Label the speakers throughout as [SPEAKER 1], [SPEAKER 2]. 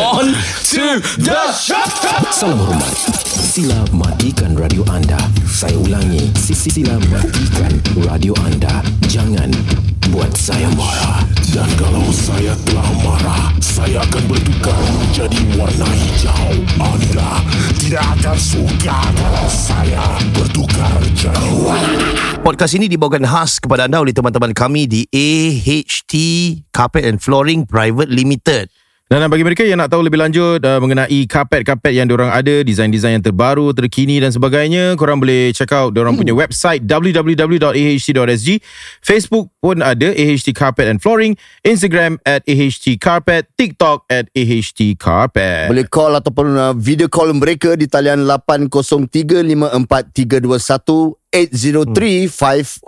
[SPEAKER 1] On to the shop.
[SPEAKER 2] Salam hormat. Sila matikan radio anda. Saya ulangi, si- si- sila matikan radio anda. Jangan buat saya marah. Dan kalau saya telah marah, saya akan bertukar menjadi warna hijau. Anda tidak akan suka kalau saya bertukar jadi warna.
[SPEAKER 3] Podcast ini dibawakan khas kepada anda oleh teman-teman kami di AHT Carpet and Flooring Private Limited.
[SPEAKER 4] Dan bagi mereka yang nak tahu lebih lanjut uh, mengenai karpet-karpet yang diorang ada, desain-desain yang terbaru, terkini dan sebagainya, korang boleh check out diorang punya website www.ahc.sg. Facebook pun ada AHT Carpet and Flooring, Instagram at AHT Carpet, TikTok at AHT Carpet.
[SPEAKER 5] Boleh call ataupun uh, video call mereka di talian 803-54321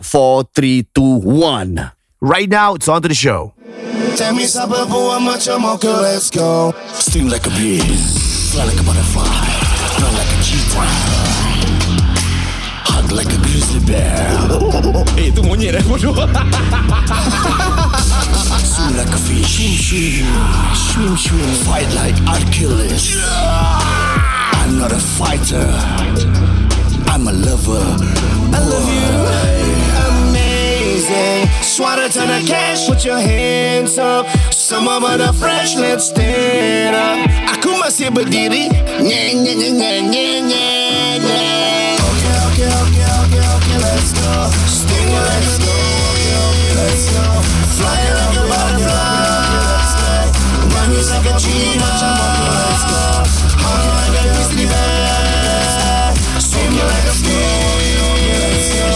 [SPEAKER 5] 803-54321.
[SPEAKER 3] Right now, it's on to the show.
[SPEAKER 6] Tell me siapa buat macam mocha, let's go
[SPEAKER 2] Sting like a bee, fly like a butterfly, run like a cheetah, hug like a grizzly bear.
[SPEAKER 1] Eh, itu monyet eh, bodoh.
[SPEAKER 2] Swim like a fish. Swim, swim. Swim, swim. Fight like Achilles. I'm not a fighter. I'm a lover. I love
[SPEAKER 6] Amazing Swatter ton of cash, put your hands up Semua pada fresh, let's stand up Aku masih berdiri Nye, nye, nye, nye, nye, nye, nye Okay, okay, okay, okay, okay, let's go Sting like a okay, okay, let's go Fly like a butterfly let's go Run is like a cheetah let's go Hug like a grizzly bear Swim like a snake okay, let's go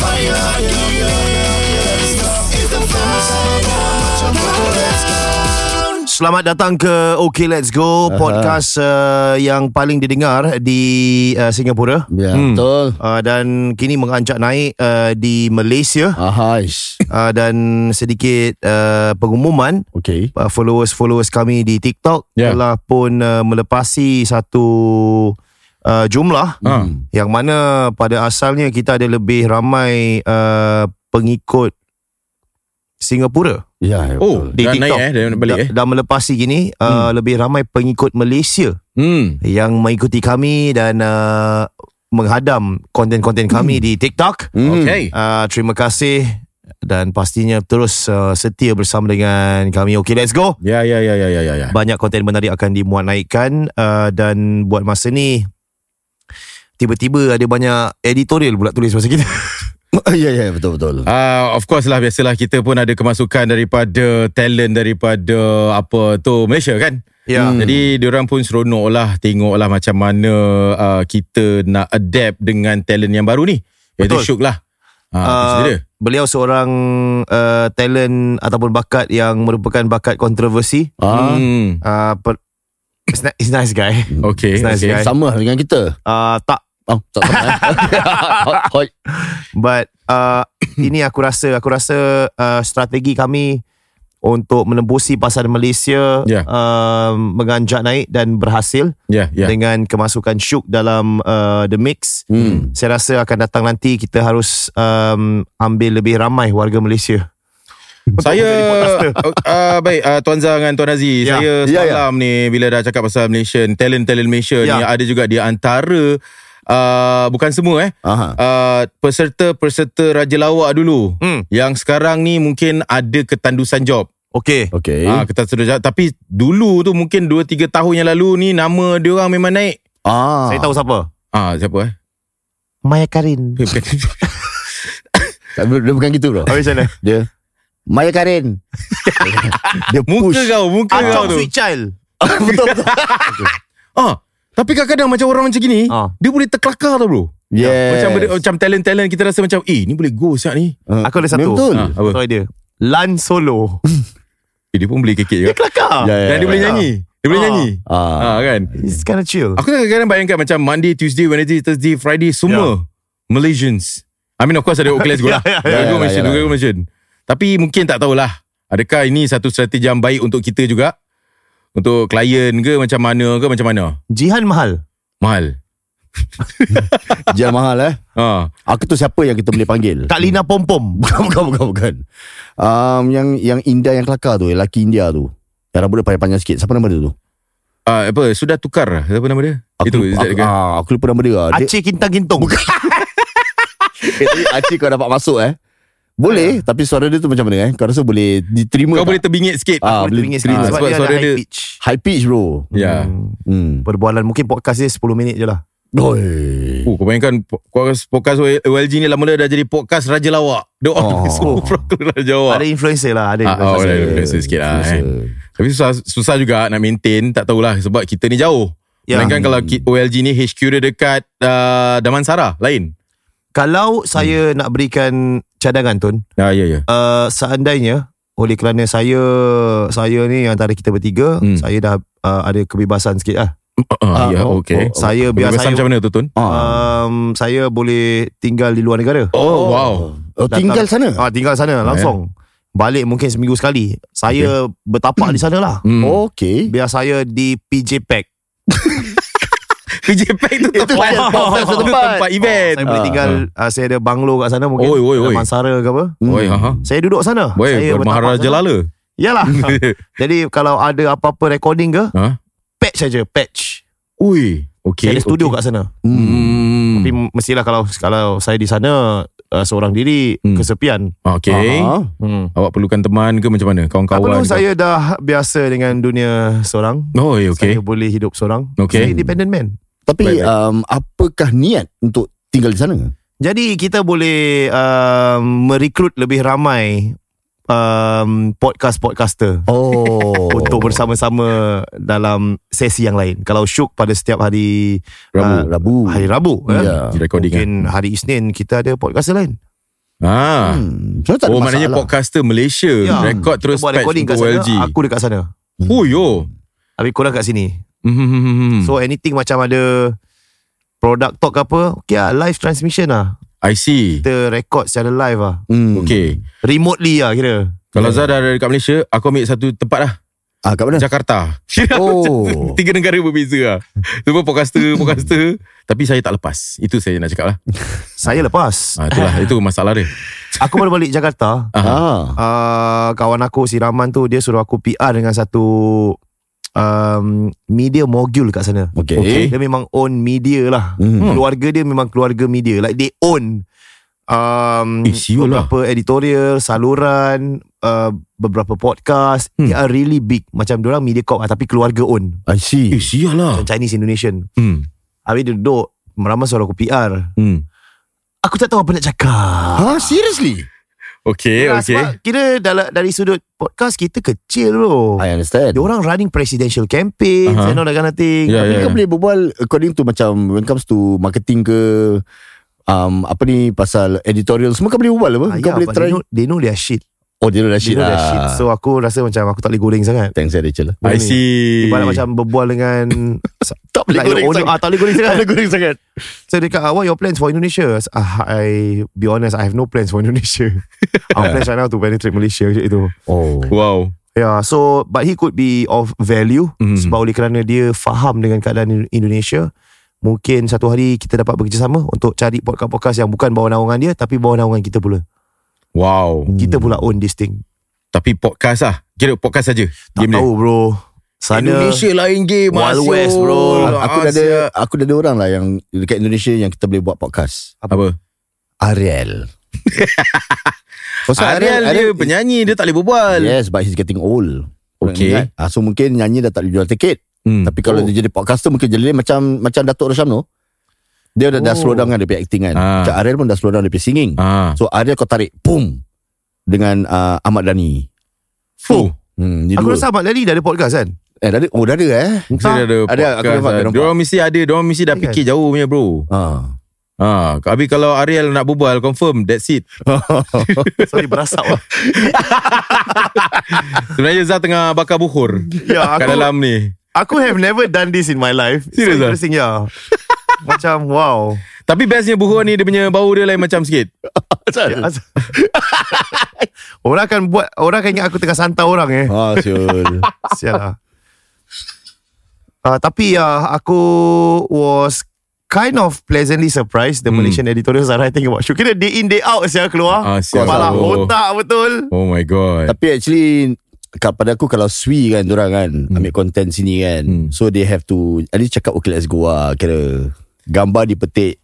[SPEAKER 6] Fire like a let's go It's the final let's go
[SPEAKER 3] Selamat datang ke OK Let's Go podcast uh, yang paling didengar di uh, Singapura
[SPEAKER 5] Ya, hmm. betul.
[SPEAKER 3] uh, dan kini mengancak naik uh, di Malaysia
[SPEAKER 5] Ahais.
[SPEAKER 3] uh, dan sedikit uh, pengumuman
[SPEAKER 5] Okay.
[SPEAKER 3] uh, followers-followers kami di TikTok yeah.
[SPEAKER 4] Ya.
[SPEAKER 3] telah pun uh, melepasi satu uh, jumlah
[SPEAKER 4] Ha.
[SPEAKER 5] Hmm.
[SPEAKER 3] yang mana pada asalnya kita ada lebih ramai uh, pengikut Singapura
[SPEAKER 5] Ya, yeah,
[SPEAKER 4] Oh,
[SPEAKER 3] di
[SPEAKER 4] dah
[SPEAKER 3] TikTok
[SPEAKER 4] naik eh, dah balik eh.
[SPEAKER 3] dah, dah melepasi gini uh, lebih ramai pengikut Malaysia
[SPEAKER 4] Hmm.
[SPEAKER 3] yang mengikuti kami dan uh, menghadam konten-konten kami
[SPEAKER 4] Hmm.
[SPEAKER 3] di TikTok.
[SPEAKER 5] Hmm.
[SPEAKER 4] Okay.
[SPEAKER 3] Uh, terima kasih dan pastinya terus uh, setia bersama dengan kami. Okay, let's go.
[SPEAKER 4] Ya, ya, ya, ya, ya, ya, ya.
[SPEAKER 3] Banyak konten menarik akan dimuat naikkan uh, dan buat masa ni tiba-tiba ada banyak editorial pula tulis masa kita.
[SPEAKER 5] ya, ya, betul, betul.
[SPEAKER 4] Uh, of course lah biasalah kita pun ada kemasukan daripada talent daripada apa tu Malaysia kan.
[SPEAKER 3] Ya.
[SPEAKER 4] Hmm. Jadi diorang pun seronok lah tengok lah macam mana uh, kita nak adapt dengan talent yang baru ni. Iaitu
[SPEAKER 3] Betul.
[SPEAKER 4] Syuk lah. Uh,
[SPEAKER 3] Uh,
[SPEAKER 4] uh,
[SPEAKER 3] beliau seorang uh, talent ataupun bakat yang merupakan bakat kontroversi.
[SPEAKER 5] Ah,
[SPEAKER 4] hmm.
[SPEAKER 3] Uh, per- it's, ni- it's nice guy.
[SPEAKER 4] Okay.
[SPEAKER 3] It's nice,
[SPEAKER 4] okay.
[SPEAKER 3] guys.
[SPEAKER 5] sama lah dengan kita.
[SPEAKER 3] Uh, tak
[SPEAKER 5] Oh, tak sama. eh? Hoi.
[SPEAKER 3] But uh, ini aku rasa aku rasa uh, strategi kami untuk menembusi pasar Malaysia
[SPEAKER 4] Ya.
[SPEAKER 3] uh, menganjak naik dan berhasil
[SPEAKER 4] Ya, ya.
[SPEAKER 3] dengan kemasukan Syuk dalam uh, the mix.
[SPEAKER 5] Hmm.
[SPEAKER 3] Saya rasa akan datang nanti kita harus um, ambil lebih ramai warga Malaysia.
[SPEAKER 4] Saya
[SPEAKER 3] Untuk menjadi podcaster.
[SPEAKER 4] uh, baik uh, Tuan Zang dan Tuan Aziz
[SPEAKER 3] Ya.
[SPEAKER 4] yeah. Saya
[SPEAKER 5] Ya, ya.
[SPEAKER 4] semalam yeah, ni Bila dah cakap pasal Malaysian Talent-talent Malaysia
[SPEAKER 3] Ya.
[SPEAKER 4] ni Ada juga di antara uh, Bukan semua eh
[SPEAKER 5] Aha.
[SPEAKER 4] uh, Peserta-peserta Raja Lawak dulu
[SPEAKER 3] Hmm.
[SPEAKER 4] Yang sekarang ni mungkin Ada ketandusan job
[SPEAKER 3] Okey.
[SPEAKER 5] Okay.
[SPEAKER 4] Ah, ketandusan job Tapi dulu tu mungkin 2-3 tahun yang lalu ni Nama diorang memang naik
[SPEAKER 5] Ah.
[SPEAKER 3] Saya tahu siapa.
[SPEAKER 4] Ah, Siapa eh
[SPEAKER 3] Maya Karin.
[SPEAKER 5] Tak, Dia bukan gitu bro.
[SPEAKER 3] Habis Oh, mana?
[SPEAKER 5] Dia Maya Karin. dia push.
[SPEAKER 4] Muka kau Muka kau
[SPEAKER 3] Acong
[SPEAKER 4] tu
[SPEAKER 3] Sweet Child.
[SPEAKER 5] betul betul.
[SPEAKER 4] ah, Tapi kadang-kadang macam orang macam gini
[SPEAKER 3] Ah.
[SPEAKER 4] Dia boleh terkelakar tau bro
[SPEAKER 5] Yes.
[SPEAKER 4] Macam benda, macam talent-talent kita rasa macam eh ni boleh go siap ni.
[SPEAKER 5] Ah,
[SPEAKER 3] Aku ada satu.
[SPEAKER 5] Betul.
[SPEAKER 4] Ah, apa?
[SPEAKER 3] Apa? Tahu dia. Lan Solo.
[SPEAKER 4] Eh, dia pun boleh kekek juga.
[SPEAKER 3] Kelakar.
[SPEAKER 5] Ya, ya,
[SPEAKER 4] Dan dia boleh
[SPEAKER 3] ya.
[SPEAKER 4] nyanyi. Dia boleh
[SPEAKER 3] Ah.
[SPEAKER 4] nyanyi.
[SPEAKER 5] Ah.
[SPEAKER 4] Ah kan.
[SPEAKER 3] It's kind of chill.
[SPEAKER 4] Aku kadang-kadang bayangkan macam Monday, Tuesday, Wednesday, Thursday, Friday semua Malaysians. I mean of course ada Oculus go lah.
[SPEAKER 3] Ya, ya,
[SPEAKER 5] ya.
[SPEAKER 4] Go
[SPEAKER 5] Ya,
[SPEAKER 4] Malaysian,
[SPEAKER 5] ya, ya.
[SPEAKER 4] go Malaysian. Tapi mungkin tak tahulah. Adakah ini satu strategi yang baik untuk kita juga? Untuk klien ke macam mana ke macam mana?
[SPEAKER 3] Jihan mahal.
[SPEAKER 4] Mahal.
[SPEAKER 5] Jual mahal eh.
[SPEAKER 4] Ha.
[SPEAKER 5] Aku tu siapa yang kita boleh panggil?
[SPEAKER 3] Kak Lina Pom Pom.
[SPEAKER 5] Bukan, bukan, bukan, bukan. eh, Um, yang yang India yang kelakar tu, lelaki India tu. Yang rambut dia panjang-panjang sikit. Siapa nama dia tu?
[SPEAKER 4] uh, apa sudah tukar apa nama dia?
[SPEAKER 5] Aku,
[SPEAKER 4] Itu is that the
[SPEAKER 5] aku,
[SPEAKER 4] guy?
[SPEAKER 5] ah, aku lupa nama dia lah. Dia,
[SPEAKER 3] Acik kintang kintung.
[SPEAKER 5] eh, tapi Acik kau dapat masuk eh. Boleh tapi suara dia tu macam mana eh? Kau rasa boleh diterima
[SPEAKER 4] Kau
[SPEAKER 5] tak?
[SPEAKER 4] boleh terbingit sikit.
[SPEAKER 5] ah, boleh
[SPEAKER 3] Teringin
[SPEAKER 5] terima.
[SPEAKER 3] sikit
[SPEAKER 5] Sebab
[SPEAKER 3] sebab dia
[SPEAKER 4] suara
[SPEAKER 3] ada
[SPEAKER 4] dia-
[SPEAKER 3] high pitch.
[SPEAKER 5] high pitch bro.
[SPEAKER 4] Ya.
[SPEAKER 5] Hmm.
[SPEAKER 3] Perbualan mungkin podcast dia 10 minit je lah.
[SPEAKER 5] Oi.
[SPEAKER 4] Oh, kau bayangkan po- podcast, podcast OLG ni lama dah dah jadi podcast Raja Lawak. The
[SPEAKER 5] Oh.
[SPEAKER 4] Office oh. Raja Lawak.
[SPEAKER 3] Ada influencer lah. Ada
[SPEAKER 4] Ah,
[SPEAKER 3] influencer.
[SPEAKER 4] oh, ada influencer sikit lah eh. Tapi susah, susah juga nak maintain Tak tahulah sebab kita ni jauh
[SPEAKER 3] Ya.
[SPEAKER 4] yeah. Melainkan kalau ki- OLG ni HQ dia dekat uh, Damansara lain
[SPEAKER 3] Kalau saya nak berikan cadangan Tun,
[SPEAKER 4] ah, Ya ya
[SPEAKER 3] uh, seandainya oleh kerana saya saya ni antara kita bertiga,
[SPEAKER 4] Hmm.
[SPEAKER 3] hmm. saya dah uh, ada kebebasan sikit lah.
[SPEAKER 4] ah, Ya
[SPEAKER 5] oh,
[SPEAKER 4] okay
[SPEAKER 5] oh,
[SPEAKER 3] Saya biar saya
[SPEAKER 4] Kebebasan macam mana tu Tun?
[SPEAKER 5] Ah.
[SPEAKER 3] um, saya boleh tinggal di luar negara.
[SPEAKER 4] Oh, oh wow
[SPEAKER 5] Oh, tinggal sana.
[SPEAKER 3] Ah tinggal
[SPEAKER 4] Eh.
[SPEAKER 3] sana langsung. Balik mungkin seminggu sekali. Saya bertapak di sana lah.
[SPEAKER 4] hmm. oh.
[SPEAKER 5] Okey.
[SPEAKER 3] Biar saya di PJ Pack.
[SPEAKER 4] PJPEG tu
[SPEAKER 5] Itu
[SPEAKER 4] tempat
[SPEAKER 5] tempat, tempat,
[SPEAKER 4] Itu
[SPEAKER 5] tempat.
[SPEAKER 4] tempat event
[SPEAKER 3] Saya boleh
[SPEAKER 5] Ah.
[SPEAKER 3] tinggal uh, saya ada banglo kat sana mungkin.
[SPEAKER 4] Oi, oi, oi.
[SPEAKER 3] Mansara ke apa.
[SPEAKER 5] Hmm.
[SPEAKER 4] Woi, ha.
[SPEAKER 3] Saya duduk sana.
[SPEAKER 4] Woi,
[SPEAKER 3] saya bertapak
[SPEAKER 4] Maharaja
[SPEAKER 3] sana.
[SPEAKER 4] Lala.
[SPEAKER 3] Yalah. Jadi kalau ada apa-apa recording ke,
[SPEAKER 4] Ha?
[SPEAKER 3] patch saja, patch.
[SPEAKER 4] Ui, okey.
[SPEAKER 3] Saya ada studio kat sana.
[SPEAKER 4] Hmm.
[SPEAKER 3] Tapi mestilah kalau kalau saya di sana uh, seorang diri
[SPEAKER 4] Hmm.
[SPEAKER 3] kesepian.
[SPEAKER 4] Okey.
[SPEAKER 5] Ah.
[SPEAKER 3] Hmm.
[SPEAKER 4] Awak perlukan teman ke macam mana?
[SPEAKER 3] Tak
[SPEAKER 4] Kawan-kawan.
[SPEAKER 3] perlu
[SPEAKER 4] ke?
[SPEAKER 3] saya dah biasa dengan dunia seorang.
[SPEAKER 4] Oh,
[SPEAKER 3] Saya
[SPEAKER 4] okey.
[SPEAKER 3] boleh hidup seorang.
[SPEAKER 4] Okey.
[SPEAKER 3] Saya independent man.
[SPEAKER 5] Tapi
[SPEAKER 4] Baik, baik.
[SPEAKER 5] um, apakah niat untuk tinggal di sana?
[SPEAKER 3] Jadi kita boleh um, merekrut lebih ramai um, podcast-podcaster
[SPEAKER 5] Oh.
[SPEAKER 3] untuk bersama-sama dalam sesi yang lain. Kalau Syuk pada setiap hari
[SPEAKER 5] Rabu,
[SPEAKER 3] Ah,
[SPEAKER 5] Rabu.
[SPEAKER 3] hari Rabu, eh?
[SPEAKER 5] Ya.
[SPEAKER 4] Recording. kan?
[SPEAKER 3] mungkin hari Isnin kita ada podcaster lain.
[SPEAKER 4] Ah.
[SPEAKER 5] Hmm. So, tak ada
[SPEAKER 4] oh maknanya
[SPEAKER 5] masalah.
[SPEAKER 4] podcaster Malaysia
[SPEAKER 3] Ya.
[SPEAKER 4] Record terus
[SPEAKER 3] Kita buat
[SPEAKER 4] patch
[SPEAKER 3] recording
[SPEAKER 4] untuk
[SPEAKER 3] kat sana,
[SPEAKER 4] OLG
[SPEAKER 3] aku dekat sana.
[SPEAKER 4] Oh yo
[SPEAKER 3] Habis korang kat sini.
[SPEAKER 4] Hmm.
[SPEAKER 3] So anything macam ada product talk ke apa, okay lah, live transmission lah.
[SPEAKER 4] I see
[SPEAKER 3] Kita record secara live lah.
[SPEAKER 5] Hmm.
[SPEAKER 4] Okay
[SPEAKER 3] Remotely lah kira.
[SPEAKER 4] Kalau Zah dah ada dekat Malaysia Aku ambil satu tempat lah
[SPEAKER 5] Ah, kat mana?
[SPEAKER 4] Jakarta Kira
[SPEAKER 5] Oh.
[SPEAKER 4] Tiga negara berbeza lah Semua
[SPEAKER 3] Hmm.
[SPEAKER 4] podcaster Podcaster Tapi saya tak lepas Itu saya nak cakap lah
[SPEAKER 3] Saya lepas.
[SPEAKER 4] ha, Itulah Itu masalah dia
[SPEAKER 3] Aku baru balik Jakarta.
[SPEAKER 5] Ah.
[SPEAKER 3] Uh, kawan aku si Rahman tu dia suruh aku PR dengan satu um, media mogul kat sana.
[SPEAKER 5] Okay.
[SPEAKER 4] Okay.
[SPEAKER 3] Dia memang own media lah.
[SPEAKER 5] Hmm.
[SPEAKER 3] Keluarga dia memang keluarga media. Like they own um,
[SPEAKER 4] Eh, siul lah.
[SPEAKER 3] beberapa editorial, saluran, uh, beberapa podcast.
[SPEAKER 4] Hmm.
[SPEAKER 3] They are really big. Macam diorang Mediacorp lah, tapi keluarga own.
[SPEAKER 5] I see.
[SPEAKER 4] Eh sial lah
[SPEAKER 3] Macam Chinese Indonesian.
[SPEAKER 4] hmm.
[SPEAKER 3] Habis dia duduk, Rahman suruh aku PR.
[SPEAKER 4] hmm.
[SPEAKER 3] Aku tak tahu apa nak cakap.
[SPEAKER 5] Ha, seriously?
[SPEAKER 4] Okay
[SPEAKER 3] Yelah,
[SPEAKER 4] okay
[SPEAKER 3] Sebab kira dalam, dari sudut podcast kita kecil bro.
[SPEAKER 5] I understand.
[SPEAKER 3] Dia orang running presidential campaign
[SPEAKER 4] Aha.
[SPEAKER 3] uh-huh. and all that kind of thing.
[SPEAKER 4] Ya,
[SPEAKER 5] Tapi
[SPEAKER 4] ya,
[SPEAKER 5] kau
[SPEAKER 4] ya.
[SPEAKER 5] boleh berbual according to macam when comes to marketing ke um, apa ni pasal editorial semua kau boleh berbual apa?
[SPEAKER 3] Ah,
[SPEAKER 5] Oh, kau
[SPEAKER 3] ya,
[SPEAKER 5] boleh
[SPEAKER 3] but
[SPEAKER 5] try.
[SPEAKER 3] they know, they know their shit.
[SPEAKER 5] oh, dia dah
[SPEAKER 3] They
[SPEAKER 5] shit
[SPEAKER 3] know
[SPEAKER 5] lah.
[SPEAKER 3] their shit. So aku rasa macam aku tak boleh goreng sangat.
[SPEAKER 5] Thanks eh, Rachel.
[SPEAKER 4] I see
[SPEAKER 3] Ibarat macam berbual dengan
[SPEAKER 5] Tak
[SPEAKER 3] like the owner, ah, tak boleh goreng
[SPEAKER 5] Tak
[SPEAKER 3] sangat.
[SPEAKER 5] boleh goreng sangat.
[SPEAKER 3] So dia kata, what are your plans for Indonesia? Ah, I be honest, I have no plans for Indonesia. Our plans right now to penetrate Malaysia macam itu.
[SPEAKER 5] Oh.
[SPEAKER 4] Wow
[SPEAKER 3] Yeah, so but he could be of value
[SPEAKER 4] Mhm.
[SPEAKER 3] mm. sebab oleh kerana dia faham dengan keadaan In- Indonesia. Mungkin satu hari kita dapat bekerjasama untuk cari podcast-podcast yang bukan bawah naungan dia tapi bawah naungan kita pula.
[SPEAKER 4] Wow
[SPEAKER 3] Kita pula own this thing.
[SPEAKER 4] Tapi podcast lah Kira podcast saja
[SPEAKER 3] Tak
[SPEAKER 4] Game dia.
[SPEAKER 3] tahu bro. Sana
[SPEAKER 4] Indonesia lain game
[SPEAKER 3] Wild
[SPEAKER 4] Asyul.
[SPEAKER 3] West, bro.
[SPEAKER 5] Aku
[SPEAKER 4] ah,
[SPEAKER 5] dah ada
[SPEAKER 4] Asyul.
[SPEAKER 5] aku dah ada orang lah yang dekat Indonesia yang kita boleh buat podcast.
[SPEAKER 4] Apa
[SPEAKER 5] Ariel.
[SPEAKER 4] So, Ariel, dia penyanyi Dia tak boleh berbual
[SPEAKER 5] Yes, but he's getting old. Orang ingat.
[SPEAKER 4] Okay.
[SPEAKER 5] Ah, so mungkin nyanyi dah tak boleh jual tiket.
[SPEAKER 4] hmm.
[SPEAKER 5] Tapi kalau
[SPEAKER 4] Oh.
[SPEAKER 5] dia jadi podcaster mungkin jadi dia macam macam Datuk Rosyamno. Dia dah, dah slow down kan dia punya acting kan.
[SPEAKER 4] Oh. Ah.
[SPEAKER 5] Macam Ariel pun dah slow down dia punya singing.
[SPEAKER 4] ah.
[SPEAKER 5] So Ariel kau tarik boom dengan uh, Ahmad Dhani.
[SPEAKER 4] Fuh
[SPEAKER 5] Hmm, ni
[SPEAKER 3] Aku
[SPEAKER 5] dua.
[SPEAKER 3] rasa Ahmad Lali dah ada podcast kan?
[SPEAKER 5] Eh, dah ada, oh dah ada eh.
[SPEAKER 4] Mesti dia ada,
[SPEAKER 5] Ada, aku nampak,
[SPEAKER 4] podcast
[SPEAKER 5] Kan? aku
[SPEAKER 4] lah.
[SPEAKER 5] nampak.
[SPEAKER 4] Diorang mesti ada Diorang mesti dah
[SPEAKER 3] Ya,
[SPEAKER 4] fikir jauh punya bro
[SPEAKER 5] Ah.
[SPEAKER 4] ha, Habis kalau Ariel nak berbual Confirm that's it
[SPEAKER 3] Sorry berasap lah.
[SPEAKER 4] Sebenarnya Zah tengah bakar buhur
[SPEAKER 3] Ya,
[SPEAKER 4] Kat
[SPEAKER 3] aku,
[SPEAKER 4] dalam ni
[SPEAKER 3] aku have never done this in my life.
[SPEAKER 4] Serious
[SPEAKER 3] so
[SPEAKER 4] ah?
[SPEAKER 3] interesting ya. Macam wow.
[SPEAKER 4] Tapi bestnya buhur ni Dia punya bau dia lain macam sikit
[SPEAKER 5] Asal?
[SPEAKER 3] As- orang akan buat orang akan ingat aku tengah santai orang eh.
[SPEAKER 5] Ah, siul.
[SPEAKER 3] Sial lah. Uh, tapi ya uh, aku was kind of pleasantly surprised the
[SPEAKER 4] Hmm.
[SPEAKER 3] Malaysian editorial Zara I think about show. Kira day in day out saya keluar.
[SPEAKER 4] Ah, sial.
[SPEAKER 3] Kepala
[SPEAKER 4] Oh.
[SPEAKER 3] otak betul.
[SPEAKER 4] Oh my god
[SPEAKER 5] Tapi actually kat pada aku kalau sui kan orang kan hmm. ambil content sini kan
[SPEAKER 4] Hmm.
[SPEAKER 5] hmm. so they have to at least cakap okay let's go lah kira gambar dipetik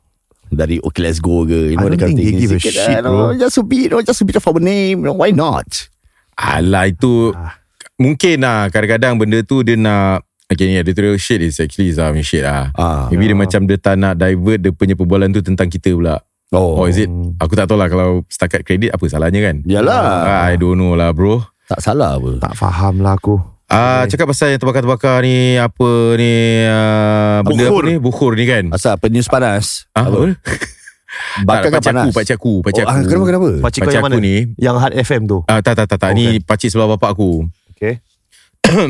[SPEAKER 5] dari okay let's go ke you
[SPEAKER 3] I
[SPEAKER 5] know that
[SPEAKER 3] don't
[SPEAKER 5] kind of
[SPEAKER 3] think
[SPEAKER 5] thing
[SPEAKER 3] they give a
[SPEAKER 5] Sikit
[SPEAKER 3] shit,
[SPEAKER 5] lah, you know,
[SPEAKER 3] bro.
[SPEAKER 5] just a bit you know, just a bit of our name you know, why not
[SPEAKER 4] Alah itu
[SPEAKER 5] Ah.
[SPEAKER 4] Mungkin lah Kadang-kadang benda tu Dia nak Okay ni editorial shit Is actually Zah punya shit lah
[SPEAKER 5] ah.
[SPEAKER 4] Maybe dia macam Dia tak nak divert Dia punya perbualan tu Tentang kita pula Oh, oh is it Aku tak tahu lah Kalau setakat kredit Apa salahnya kan
[SPEAKER 5] Yalah.
[SPEAKER 4] I don't know lah bro
[SPEAKER 5] tak salah apa
[SPEAKER 3] Tak faham lah aku
[SPEAKER 4] Ah, cakap pasal yang terbakar-terbakar ni apa ni uh, benda
[SPEAKER 5] Bukhur.
[SPEAKER 4] apa ni bukhur ni kan.
[SPEAKER 5] asal penyus panas
[SPEAKER 4] Ah, apa?
[SPEAKER 5] bakar kan
[SPEAKER 4] pakcik
[SPEAKER 5] panas
[SPEAKER 4] aku, pakcik aku, pakcik
[SPEAKER 5] oh, ah,
[SPEAKER 4] aku.
[SPEAKER 5] kenapa kenapa
[SPEAKER 3] Pakcik kau
[SPEAKER 4] Pakcik
[SPEAKER 3] yang
[SPEAKER 4] aku
[SPEAKER 3] mana
[SPEAKER 4] ni
[SPEAKER 3] Yang hard FM tu
[SPEAKER 4] ah, tak tak tak tak ni pakcik sebelah bapak aku.
[SPEAKER 3] Okay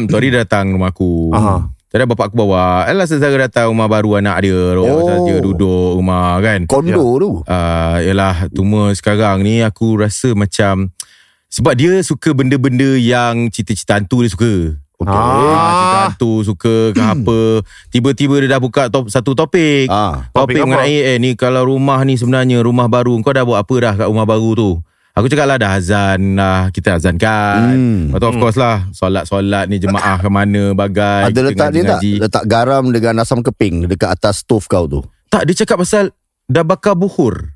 [SPEAKER 4] Tori datang rumah aku.
[SPEAKER 3] Aha.
[SPEAKER 4] Tadi bapak aku bawa Alah sesara datang rumah baru anak dia oh. Dia duduk rumah kan
[SPEAKER 5] kondo tu
[SPEAKER 4] uh, Yalah Cuma sekarang ni Aku rasa macam Sebab dia suka benda-benda Yang cerita-cerita hantu dia suka
[SPEAKER 5] okay.
[SPEAKER 3] Ah.
[SPEAKER 4] Ah, cerita hantu suka ke apa Tiba-tiba dia dah buka top, satu topik
[SPEAKER 5] Hmm. Ah,
[SPEAKER 4] Topik,
[SPEAKER 3] topik apa?
[SPEAKER 4] mengenai Eh ni kalau rumah ni sebenarnya Rumah baru Kau dah buat apa dah kat rumah baru tu Aku cakap lah dah azan lah Kita azan kan
[SPEAKER 5] Hmm.
[SPEAKER 4] Lepas tu of course lah Solat-solat ni jemaah ke mana
[SPEAKER 5] ada
[SPEAKER 4] Bagai kita
[SPEAKER 5] letak dia tak
[SPEAKER 4] ngaji-ngaji.
[SPEAKER 5] letak garam dengan asam keping dekat atas stove kau tu
[SPEAKER 4] Tak dia cakap pasal Dah bakar buhur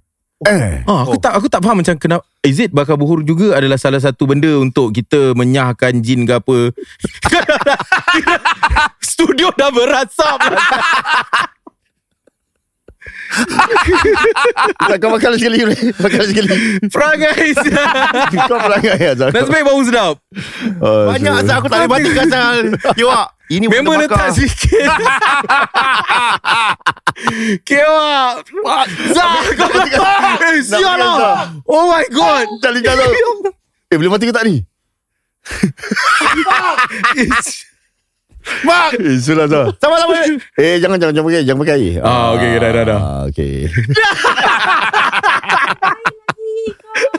[SPEAKER 5] eh
[SPEAKER 4] Ah, aku oh. tak aku tak faham macam kenapa is it bakar buhur juga adalah salah satu benda untuk kita menyahkan jin ke apa. Studio dah berasap. lah.
[SPEAKER 5] kau bakar sekali boleh bakar sekali
[SPEAKER 4] Perangai.
[SPEAKER 5] kau perangai Oh, ya
[SPEAKER 4] Nasib baik bau sedap.
[SPEAKER 3] Banyak asal aku tak boleh matikan asal Kiwak Ini bukan
[SPEAKER 4] Member
[SPEAKER 3] terbakar.
[SPEAKER 4] letak sikit. Kewak. Zah. Kau letak. Eh, sial
[SPEAKER 5] makan Zah.
[SPEAKER 4] lah. Oh my god.
[SPEAKER 5] tak lincah tu eh boleh mati ke tak ni Mak Eh sudah sudah Sama-sama Eh jangan jangan jangan pakai Jangan pakai
[SPEAKER 4] Ah, okey, okey, dah, dah, dah.
[SPEAKER 5] Ah, Okey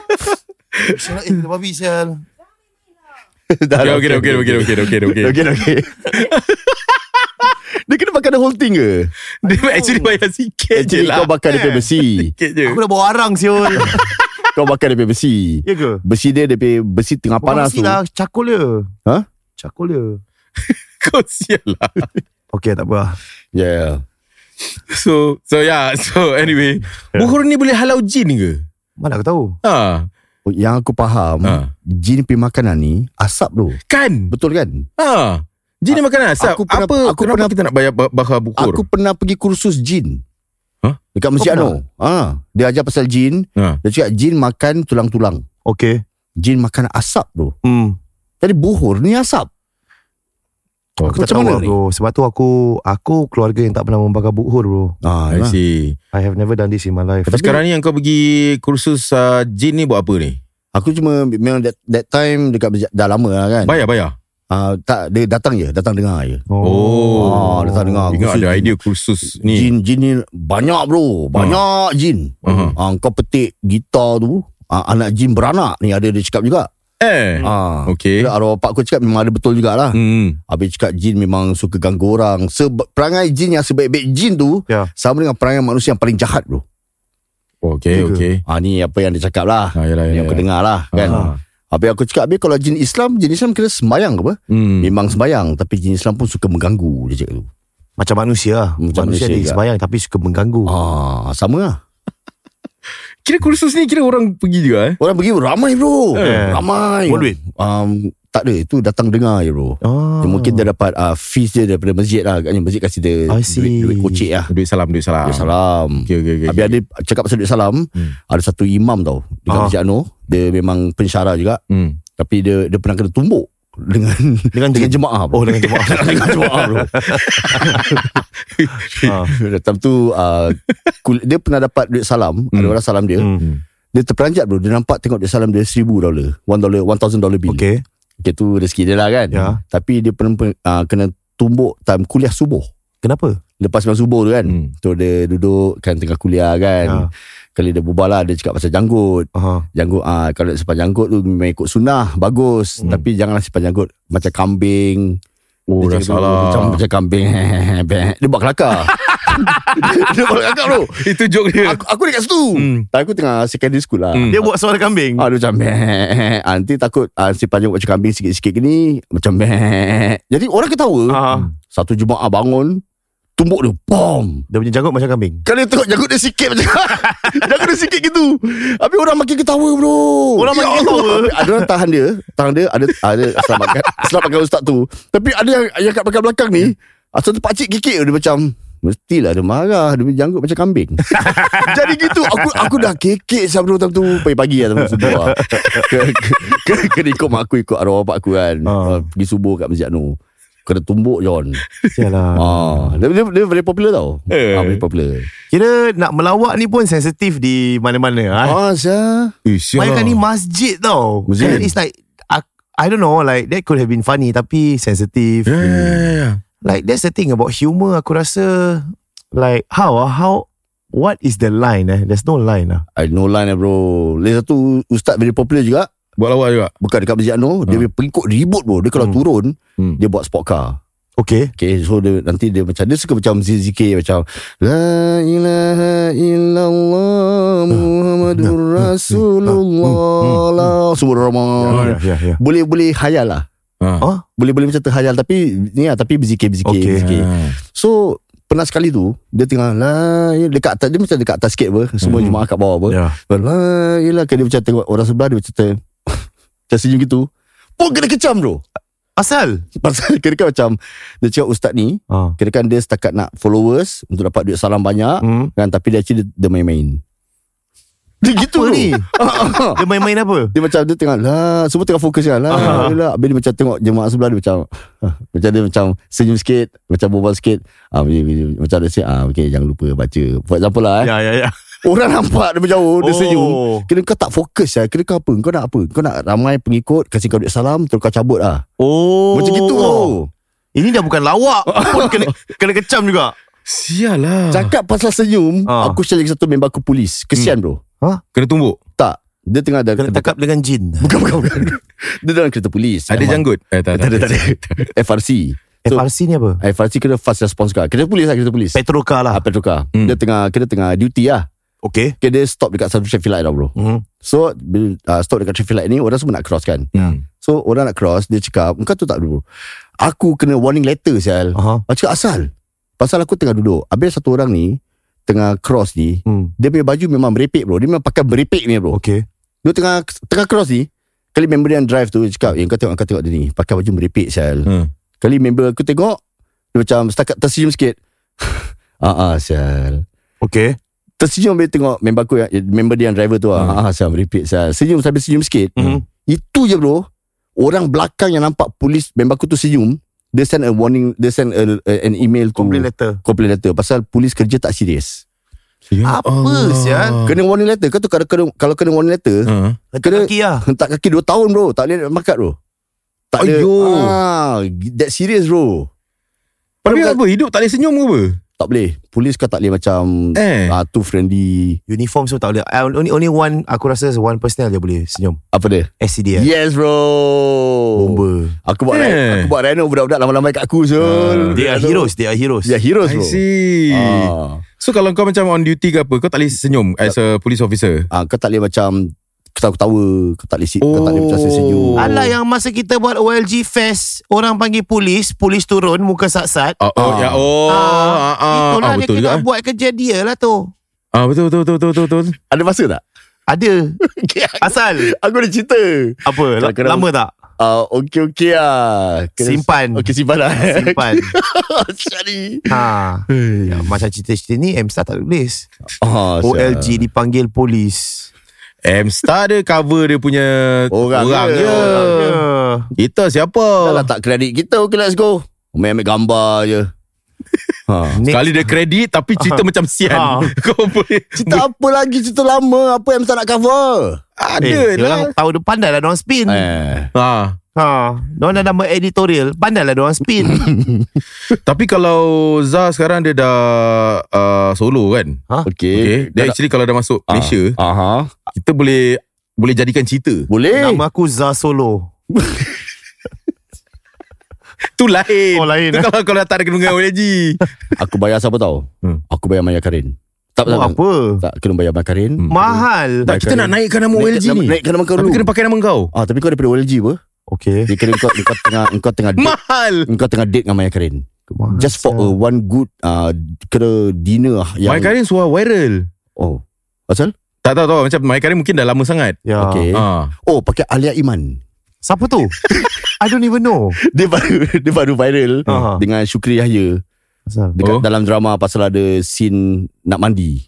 [SPEAKER 3] Eh babi sial
[SPEAKER 5] Dah, dah,
[SPEAKER 4] Okay, okay, okay, okay, okay, okay, okay.
[SPEAKER 5] Okey okey Dia kena bakar the whole thing ke
[SPEAKER 4] Dia actually bayar sikit je
[SPEAKER 5] Actually
[SPEAKER 4] lah.
[SPEAKER 5] kau bakar dia punya besi
[SPEAKER 4] Sikit je.
[SPEAKER 3] Aku dah bawa arang siul
[SPEAKER 5] Kau bakar dia punya besi
[SPEAKER 3] Ya ke?
[SPEAKER 5] Besi dia dia punya Besi tengah
[SPEAKER 3] Panas
[SPEAKER 5] panas tu
[SPEAKER 3] lah Cakul dia
[SPEAKER 5] Ha?
[SPEAKER 3] Cakul dia
[SPEAKER 4] Kau sial lah.
[SPEAKER 3] Okay tak apa lah.
[SPEAKER 5] Ya yeah.
[SPEAKER 4] So So yeah So anyway
[SPEAKER 5] Ya.
[SPEAKER 4] yeah. Buhur ni boleh halau jin ke?
[SPEAKER 3] Mana aku tahu
[SPEAKER 4] Ha
[SPEAKER 5] Oh, Yang aku faham
[SPEAKER 4] Ha.
[SPEAKER 5] Jin punya makanan ni Asap tu
[SPEAKER 4] Kan
[SPEAKER 5] Betul kan
[SPEAKER 4] Ha Jin ni makan asap
[SPEAKER 5] Aku
[SPEAKER 4] aku
[SPEAKER 5] pernah-
[SPEAKER 4] Apa
[SPEAKER 5] aku
[SPEAKER 4] Kenapa
[SPEAKER 5] pernah-
[SPEAKER 4] kita nak bayar ba- bakar bukur?
[SPEAKER 5] Aku pernah pergi kursus jin
[SPEAKER 4] Hah?
[SPEAKER 5] Dekat Masjid
[SPEAKER 3] Kau
[SPEAKER 5] Anwar ha. Dia ajar pasal jin
[SPEAKER 4] ha.
[SPEAKER 5] Dia cakap jin makan tulang-tulang
[SPEAKER 3] Okay
[SPEAKER 5] Jin makan asap tu
[SPEAKER 3] Hmm
[SPEAKER 5] Tadi buhur ni asap
[SPEAKER 3] Aku tak tahu
[SPEAKER 5] Macam
[SPEAKER 3] lah
[SPEAKER 5] mana ni?
[SPEAKER 3] bro Sebab tu aku Aku keluarga yang tak pernah membakar bukhur bro
[SPEAKER 5] ah,
[SPEAKER 4] I
[SPEAKER 5] lah.
[SPEAKER 4] see
[SPEAKER 3] I have never done this in my life
[SPEAKER 4] Tapi sekarang ni yang kau pergi Kursus uh, jin ni buat apa ni?
[SPEAKER 5] Aku cuma Memang that, that time Dekat Masjid- Dah lama lah kan
[SPEAKER 4] Bayar-bayar?
[SPEAKER 5] ah, tak, Dia datang je Datang dengar
[SPEAKER 3] Hmm.
[SPEAKER 5] je
[SPEAKER 4] Oh.
[SPEAKER 5] Ah, datang dengar
[SPEAKER 4] Ingat
[SPEAKER 5] kursus
[SPEAKER 4] ada
[SPEAKER 5] jin.
[SPEAKER 4] idea kursus ni
[SPEAKER 5] Jin jin ni banyak bro,
[SPEAKER 3] Hmm.
[SPEAKER 5] banyak jin.
[SPEAKER 4] Aha.
[SPEAKER 5] Ah kau petik gitar tu, ah, anak jin beranak ni ada dia cakap juga.
[SPEAKER 4] Eh
[SPEAKER 5] Ah.
[SPEAKER 4] Okay
[SPEAKER 5] Okay. Arwah bapak aku cakap memang ada betul jugalah. Hmm.
[SPEAKER 4] Hmm
[SPEAKER 5] Habis cakap jin memang suka ganggu orang. Sebe- perangai jin yang sebaik-baik jin tu
[SPEAKER 3] Ya.
[SPEAKER 5] sama dengan perangai manusia yang paling jahat bro.
[SPEAKER 4] Okay okay
[SPEAKER 5] Ah ni apa yang dia cakap lah.
[SPEAKER 4] Ah, yalah,
[SPEAKER 5] Yang
[SPEAKER 3] Ya,
[SPEAKER 4] yalah,
[SPEAKER 5] aku dengar lah
[SPEAKER 3] Ha.
[SPEAKER 5] kan.
[SPEAKER 4] Ah.
[SPEAKER 5] Habis aku cakap Habis kalau jin Islam Jin Islam kena sembayang ke apa
[SPEAKER 4] Hmm
[SPEAKER 5] Memang sembayang Tapi jin Islam pun suka mengganggu Dia cakap tu
[SPEAKER 3] Macam manusia lah
[SPEAKER 5] Macam
[SPEAKER 3] Macam Manusia,
[SPEAKER 5] manusia
[SPEAKER 3] manusia
[SPEAKER 5] juga.
[SPEAKER 3] ni sebayang Tapi suka mengganggu
[SPEAKER 5] ah, Sama lah
[SPEAKER 4] Kira kursus ni Kira orang pergi juga eh
[SPEAKER 5] Orang pergi ramai bro
[SPEAKER 3] Eh.
[SPEAKER 5] Ramai
[SPEAKER 3] Buat duit?
[SPEAKER 5] um, Tak ada Itu datang dengar je bro
[SPEAKER 3] Ah.
[SPEAKER 5] Dia Mungkin dia dapat uh, Fees dia daripada masjid lah Agaknya masjid kasi dia
[SPEAKER 3] I see. Ah.
[SPEAKER 5] Duit, duit kocik lah
[SPEAKER 4] Duit salam Duit salam
[SPEAKER 5] Duit salam
[SPEAKER 4] Okay okay okay
[SPEAKER 5] Habis ada Cakap pasal duit salam
[SPEAKER 4] Hmm.
[SPEAKER 5] Ada satu imam tau Dekat
[SPEAKER 3] Ah.
[SPEAKER 5] Masjid Anur Dia memang pensyarah juga
[SPEAKER 4] Hmm
[SPEAKER 5] Tapi dia dia pernah kena tumbuk Dengan
[SPEAKER 3] Dengan
[SPEAKER 5] Dengan
[SPEAKER 3] jin.
[SPEAKER 5] jemaah
[SPEAKER 3] Oh
[SPEAKER 5] bro.
[SPEAKER 3] dengan jemaah
[SPEAKER 5] Dengan jemaah bro
[SPEAKER 3] Ah.
[SPEAKER 5] Datang tu uh, kul- Dia pernah dapat duit salam Ada orang salam dia
[SPEAKER 3] Hmm.
[SPEAKER 5] Dia terperanjat bro Dia nampak tengok duit salam dia Seribu dolar One dollar One thousand dollar bill
[SPEAKER 3] Okay
[SPEAKER 5] Okay tu rezeki dia lah kan
[SPEAKER 3] Ya.
[SPEAKER 5] Tapi dia pernah uh, Kena tumbuk Time kuliah subuh
[SPEAKER 3] Kenapa?
[SPEAKER 5] Lepas malam subuh tu kan
[SPEAKER 4] Hmm.
[SPEAKER 5] Tu dia duduk Kan tengah kuliah
[SPEAKER 3] Ya.
[SPEAKER 5] kan Kali dia berbual lah Dia cakap pasal janggut
[SPEAKER 3] Aha.
[SPEAKER 5] Janggut ah uh, Kalau nak simpan janggut tu Memang ikut sunnah Bagus Tapi janganlah simpan janggut Macam kambing
[SPEAKER 4] Hmm. Oh dah
[SPEAKER 5] Dia cakap,
[SPEAKER 4] salah
[SPEAKER 5] Macam, macam kambing Dia buat kelakar Dia buat kelakar bro
[SPEAKER 4] Itu joke dia
[SPEAKER 5] Aku, aku dekat situ
[SPEAKER 4] Hmm.
[SPEAKER 5] hmm. Aku tengah secondary school lah
[SPEAKER 3] Dia buat suara kambing
[SPEAKER 5] Ah, dia macam meh. Ah, nanti takut ah, si panjang buat macam kambing sikit-sikit gini macam meh. Jadi orang ketawa.
[SPEAKER 3] Ah.
[SPEAKER 5] Satu jemaah bangun tumbuk dia bom.
[SPEAKER 3] Dia punya janggut macam kambing
[SPEAKER 5] Kan dia tengok janggut dia sikit macam Janggut dia sikit gitu Habis orang makin ketawa bro Ya
[SPEAKER 3] Orang makin
[SPEAKER 5] Allah.
[SPEAKER 3] ketawa.
[SPEAKER 5] Habis Ada orang tahan dia Tahan dia Ada ada selamatkan Selamatkan ustaz tu Tapi ada yang Yang kat belakang-belakang ni Asal tu pakcik kikik Dia macam Mestilah dia marah Dia punya janggut macam kambing Jadi gitu Aku aku dah kekek Siapa dulu time tu Pagi-pagi lah Time subuh lah Ke- ke- ke- Kena ikut mak aku Ikut arwah bapak aku kan
[SPEAKER 3] Ah.
[SPEAKER 5] Pergi subuh kat Masjid Anu Kena tumbuk John
[SPEAKER 3] Sialah
[SPEAKER 5] Ah, dia, dia, dia very popular tau
[SPEAKER 4] Eh.
[SPEAKER 5] ah, Very popular
[SPEAKER 3] Kira nak melawak ni pun sensitif di mana-mana ah.
[SPEAKER 5] Ah, sia.
[SPEAKER 4] Eh
[SPEAKER 5] lah.
[SPEAKER 3] Bayangkan ni masjid tau
[SPEAKER 5] Masjid.
[SPEAKER 3] And it's like I, I don't know Like that could have been funny Tapi sensitive
[SPEAKER 5] Ya,
[SPEAKER 4] Yeah, yeah, yeah.
[SPEAKER 3] Like that's the thing About humor Aku rasa Like how ah, How What is the line eh There's no line lah
[SPEAKER 5] I no line lah bro Lagi satu Ustaz very popular juga
[SPEAKER 4] Buat lawak juga
[SPEAKER 5] Bukan dekat Masjid Anur Dia punya pengikut ribut bro Dia kalau
[SPEAKER 3] Hmm.
[SPEAKER 5] turun
[SPEAKER 4] Hmm.
[SPEAKER 5] Dia buat sport car
[SPEAKER 3] Okay
[SPEAKER 5] Okay so dia, nanti dia macam Dia suka macam zikir Macam La ilaha illallah Muhammadur Rasulullah La Semua
[SPEAKER 3] Yeah,
[SPEAKER 5] orang orang-
[SPEAKER 3] yeah, yeah.
[SPEAKER 5] Boleh-boleh hayal lah
[SPEAKER 4] Ah.
[SPEAKER 3] Oh,
[SPEAKER 5] Boleh-boleh macam terhayal Tapi ni lah Tapi berzikir-berzikir
[SPEAKER 3] Okay.
[SPEAKER 5] berzikir.
[SPEAKER 4] Ah.
[SPEAKER 5] So pernah sekali tu Dia tengah La ilaha- Dekat atas Dia macam dekat atas sikit apa Semua jemaah kat bawah apa
[SPEAKER 3] yeah.
[SPEAKER 5] Alah, yelah kan dia macam tengok orang sebelah dia macam ter... macam senyum gitu. Pun kena kecam bro.
[SPEAKER 3] Asal
[SPEAKER 5] Pasal kira kan macam dia cakap ustaz ni,
[SPEAKER 3] ah.
[SPEAKER 5] kira kan dia setakat nak followers untuk dapat duit salam banyak
[SPEAKER 3] Hmm.
[SPEAKER 5] kan tapi dia actually dia, dia main-main. Dia gitu
[SPEAKER 3] Apa
[SPEAKER 5] bro.
[SPEAKER 3] ni?
[SPEAKER 5] Ah, ah.
[SPEAKER 3] Dia main-main apa?
[SPEAKER 5] dia macam dia tengok lah semua tengah fokus kan lah.
[SPEAKER 3] Ah.
[SPEAKER 5] yelah. Habis dia macam tengok jemaah sebelah dia macam ah, macam dia macam senyum sikit, macam berbual sikit. Ah, dia- dia- dia- macam dia say, ah okey jangan lupa baca. For example lah eh.
[SPEAKER 3] Ya, ya, ya.
[SPEAKER 5] Orang nampak dia jauh Dia
[SPEAKER 3] Oh.
[SPEAKER 5] senyum Kira kau tak fokus lah Kira kau apa Kau nak apa Kau nak ramai pengikut Kasih kau duit salam Terus kau cabut lah
[SPEAKER 3] Oh.
[SPEAKER 5] oh. Macam gitu bro
[SPEAKER 3] Ini dah bukan lawak. Pun kena, kena kecam juga.
[SPEAKER 4] Sial lah
[SPEAKER 5] Cakap pasal senyum
[SPEAKER 3] Ah.
[SPEAKER 5] Aku share lagi satu member aku polis Kesian bro
[SPEAKER 4] Kena tumbuk
[SPEAKER 5] Tak Dia tengah ada
[SPEAKER 3] Kena tangkap dengan jin.
[SPEAKER 5] Bukan bukan bukan Dia dalam kereta polis
[SPEAKER 4] Ada
[SPEAKER 5] Memang-
[SPEAKER 4] janggut eh, tak,
[SPEAKER 5] Tak ada tak ada FRC So-
[SPEAKER 3] FRC Eh, ni apa?
[SPEAKER 5] FRC kena fast response car Kereta polis lah kereta polis
[SPEAKER 3] Petroka lah.
[SPEAKER 5] Ah, Petroka
[SPEAKER 4] Hmm.
[SPEAKER 5] Dia tengah Kita tengah duty lah
[SPEAKER 3] Okay.
[SPEAKER 5] Okay dia stop dekat satu traffic light lah bro
[SPEAKER 3] Hmm.
[SPEAKER 5] So bila, uh, Stop dekat traffic light ni Orang semua nak cross kan
[SPEAKER 4] Hmm.
[SPEAKER 5] So orang nak cross Dia cakap Kau tu tak dulu Aku kena warning letter sial
[SPEAKER 3] Aha.
[SPEAKER 5] Aku cakap asal Pasal aku tengah duduk Habis satu orang ni Tengah cross ni
[SPEAKER 3] Hmm.
[SPEAKER 5] Dia punya baju memang merepek bro Dia memang pakai merepek ni bro
[SPEAKER 3] Okay.
[SPEAKER 5] Dia tengah tengah cross ni Kali member dia yang drive tu Dia cakap Eh kau tengok kau tengok dia ni Pakai baju merepek sial
[SPEAKER 4] Hmm.
[SPEAKER 5] Kali member aku tengok Dia macam setakat tersenyum sikit Ah ah sial
[SPEAKER 3] Okay.
[SPEAKER 5] Tersenyum dia tengok Member aku yang, Member dia yang driver tu lah Ah ah sial merepek sial Senyum sampai senyum sikit
[SPEAKER 3] Hmm.
[SPEAKER 5] Itu je bro Orang belakang yang nampak Polis member aku tu senyum Dia send a warning Dia send a, a, an email to
[SPEAKER 3] Complain letter.
[SPEAKER 5] Complain letter Pasal polis kerja tak serius
[SPEAKER 4] Ya
[SPEAKER 3] Apa sial?
[SPEAKER 5] Kena warning letter Kau tu kalau kena, kalau kena warning letter
[SPEAKER 4] Ah.
[SPEAKER 3] Letak
[SPEAKER 5] Kena-
[SPEAKER 3] kaki lah.
[SPEAKER 5] Hentak kaki 2 tahun bro Tak boleh makat bro Tak ada
[SPEAKER 4] Hmm. Ayo.
[SPEAKER 5] ah, That serious bro
[SPEAKER 4] Tapi
[SPEAKER 5] Bukan-
[SPEAKER 4] apa hidup tak boleh senyum ke apa
[SPEAKER 5] Tak boleh Polis kau tak boleh macam
[SPEAKER 4] Eh
[SPEAKER 5] ah, Too friendly
[SPEAKER 3] Uniform semua tak boleh. I- Only, only one, aku rasa one personnel je boleh senyum.
[SPEAKER 5] Apa dia
[SPEAKER 3] SCDF.
[SPEAKER 5] Yes bro
[SPEAKER 3] Bomber.
[SPEAKER 5] Aku buat
[SPEAKER 4] Ya. Eh. Ah.
[SPEAKER 5] yeah. Aku buat reno Budak-budak lama-lama kat aku uh,
[SPEAKER 3] They are heroes. They are heroes.
[SPEAKER 5] They are heroes
[SPEAKER 4] I
[SPEAKER 5] bro
[SPEAKER 4] see
[SPEAKER 5] ah.
[SPEAKER 4] So kalau kau macam on duty ke apa Kau tak boleh senyum As a police officer
[SPEAKER 5] ah, Kau tak boleh macam Ketawa-ketawa Kau tak boleh, si- kau tak boleh macam
[SPEAKER 4] Oh.
[SPEAKER 5] senyum
[SPEAKER 3] Alah yang masa kita buat OLG Fest Orang panggil polis Polis turun Muka sat-sat
[SPEAKER 4] Oh, oh,
[SPEAKER 5] Ah.
[SPEAKER 4] ya, oh, ah, ah,
[SPEAKER 3] Itulah
[SPEAKER 4] ah,
[SPEAKER 3] dia
[SPEAKER 4] betul
[SPEAKER 3] kena
[SPEAKER 4] juga. eh.
[SPEAKER 3] buat kerja dia lah tu
[SPEAKER 4] Ah, betul, betul, betul, betul, betul.
[SPEAKER 5] Ada masa tak?
[SPEAKER 3] Ada
[SPEAKER 5] Okay, aku-
[SPEAKER 3] Asal
[SPEAKER 5] Aku ada cerita
[SPEAKER 3] Apa la-
[SPEAKER 5] Kadang-kadang-
[SPEAKER 3] Lama tak
[SPEAKER 5] uh, Okay okay lah Kena-
[SPEAKER 3] Simpan.
[SPEAKER 5] Okay simpan lah
[SPEAKER 3] Simpan
[SPEAKER 5] Syari
[SPEAKER 3] ha. ya, Macam cerita-cerita ni M-Star tak tulis
[SPEAKER 5] oh,
[SPEAKER 3] OLG dipanggil polis
[SPEAKER 4] M-Star dia cover dia punya
[SPEAKER 5] Orang
[SPEAKER 4] orang,
[SPEAKER 5] dia.
[SPEAKER 4] je.
[SPEAKER 3] Ya.
[SPEAKER 4] Kita siapa?
[SPEAKER 5] Dah lah tak kredit kita Okay let's go Main ambil gambar je ha.
[SPEAKER 3] Next.
[SPEAKER 4] Sekali dia kredit tapi cerita macam sian.
[SPEAKER 3] Ah.
[SPEAKER 4] Kau boleh
[SPEAKER 5] Cerita apa lagi Cerita lama Apa yang tak nak cover
[SPEAKER 4] ada
[SPEAKER 3] Eh,
[SPEAKER 4] lah.
[SPEAKER 3] diorang tahu dia pandai lah diorang spin
[SPEAKER 5] eh.
[SPEAKER 4] Ah.
[SPEAKER 3] ha. Diorang dah nama editorial Pandai lah diorang spin
[SPEAKER 4] Tapi kalau Zah sekarang dia dah uh, solo kan.
[SPEAKER 5] Okay,
[SPEAKER 4] Okay. Dia actually kalau dah Ah. masuk Malaysia,
[SPEAKER 5] Aha.
[SPEAKER 4] kita boleh
[SPEAKER 5] Eh.
[SPEAKER 4] boleh jadikan cerita.
[SPEAKER 5] Boleh
[SPEAKER 3] Nama aku Zah Solo
[SPEAKER 4] Tu lain
[SPEAKER 3] Oh, lain,
[SPEAKER 4] Tu
[SPEAKER 3] eh.
[SPEAKER 4] kalau kau dah tak ada kandungan allergy
[SPEAKER 5] Aku bayar siapa tahu
[SPEAKER 4] Hmm.
[SPEAKER 5] Aku bayar Maya Karin Tak
[SPEAKER 3] Oh,
[SPEAKER 5] tak,
[SPEAKER 3] apa? Hmm.
[SPEAKER 5] tak kena bayar Maya Karin
[SPEAKER 3] Mahal.
[SPEAKER 4] Tak kita nak naikkan nama
[SPEAKER 5] Naik-
[SPEAKER 4] OLG ni
[SPEAKER 5] Naikkan nama kau
[SPEAKER 4] Tapi
[SPEAKER 5] dulu
[SPEAKER 4] kena pakai nama kau
[SPEAKER 5] Ah, tapi kau daripada OLG apa?
[SPEAKER 3] Okay.
[SPEAKER 5] Dia kira kau, kau tengah kau tengah date,
[SPEAKER 4] Mahal
[SPEAKER 5] kau tengah date dengan Maya Karin.
[SPEAKER 3] Mahal
[SPEAKER 5] Just for a
[SPEAKER 3] sial.
[SPEAKER 5] one good uh, kena dinner ah yang
[SPEAKER 4] My Karim suara viral
[SPEAKER 5] Oh. Pasal?
[SPEAKER 4] Tak tahu tahu Macam My Karim mungkin dah lama sangat
[SPEAKER 3] Ya. Okay.
[SPEAKER 5] Okay.
[SPEAKER 4] Ah.
[SPEAKER 5] Oh, pakai Alia Iman.
[SPEAKER 3] Siapa tu? I don't even know.
[SPEAKER 5] Dia baru dia baru viral
[SPEAKER 3] Aha.
[SPEAKER 5] dengan Syukri Yahya
[SPEAKER 3] Asal.
[SPEAKER 5] dekat
[SPEAKER 4] Oh.
[SPEAKER 5] dalam drama pasal ada scene nak mandi.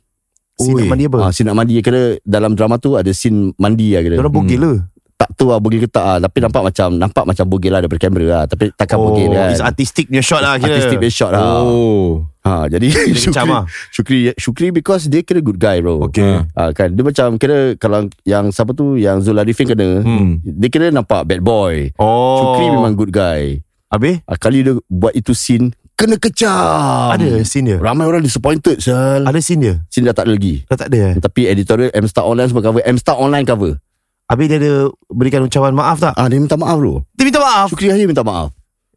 [SPEAKER 3] Si nak
[SPEAKER 5] Ui.
[SPEAKER 3] mandi apa?
[SPEAKER 5] Ah, scene nak mandi kira dalam drama tu ada scene mandi lah kira.
[SPEAKER 3] Diorang bogil lah.
[SPEAKER 5] tak tahu lah bogil ke tak lah. Tapi nampak macam nampak macam bogil lah daripada kamera lah. Tapi takkan
[SPEAKER 3] Oh,
[SPEAKER 5] bogil kan.
[SPEAKER 3] it's artistic punya shot lah kira.
[SPEAKER 5] Artistic punya shot lah.
[SPEAKER 4] Oh
[SPEAKER 5] Ha, jadi
[SPEAKER 3] Dia kecam
[SPEAKER 5] Syukri,
[SPEAKER 3] lah.
[SPEAKER 5] Syukri, Syukri because dia kira good guy bro.
[SPEAKER 4] Okay
[SPEAKER 5] Ah kan dia macam kira kalau yang siapa tu yang Zul Arifin kena
[SPEAKER 4] Hmm.
[SPEAKER 5] dia kira nampak bad boy.
[SPEAKER 3] Oh.
[SPEAKER 5] Syukri memang good guy.
[SPEAKER 3] Habis?
[SPEAKER 5] Ah, kali dia buat itu scene kena kecam.
[SPEAKER 3] Ada scene dia?
[SPEAKER 5] Ramai orang disappointed sel.
[SPEAKER 3] Ada scene dia?
[SPEAKER 5] Scene dah tak ada lagi.
[SPEAKER 3] Dah tak ada eh?
[SPEAKER 5] Tapi editorial M Star Online semua cover. M Star Online cover.
[SPEAKER 3] Habis dia ada berikan ucapan maaf tak?
[SPEAKER 5] Ah dia minta maaf bro. Ah,
[SPEAKER 3] Dia minta maaf.
[SPEAKER 5] Syukri Yahya minta maaf.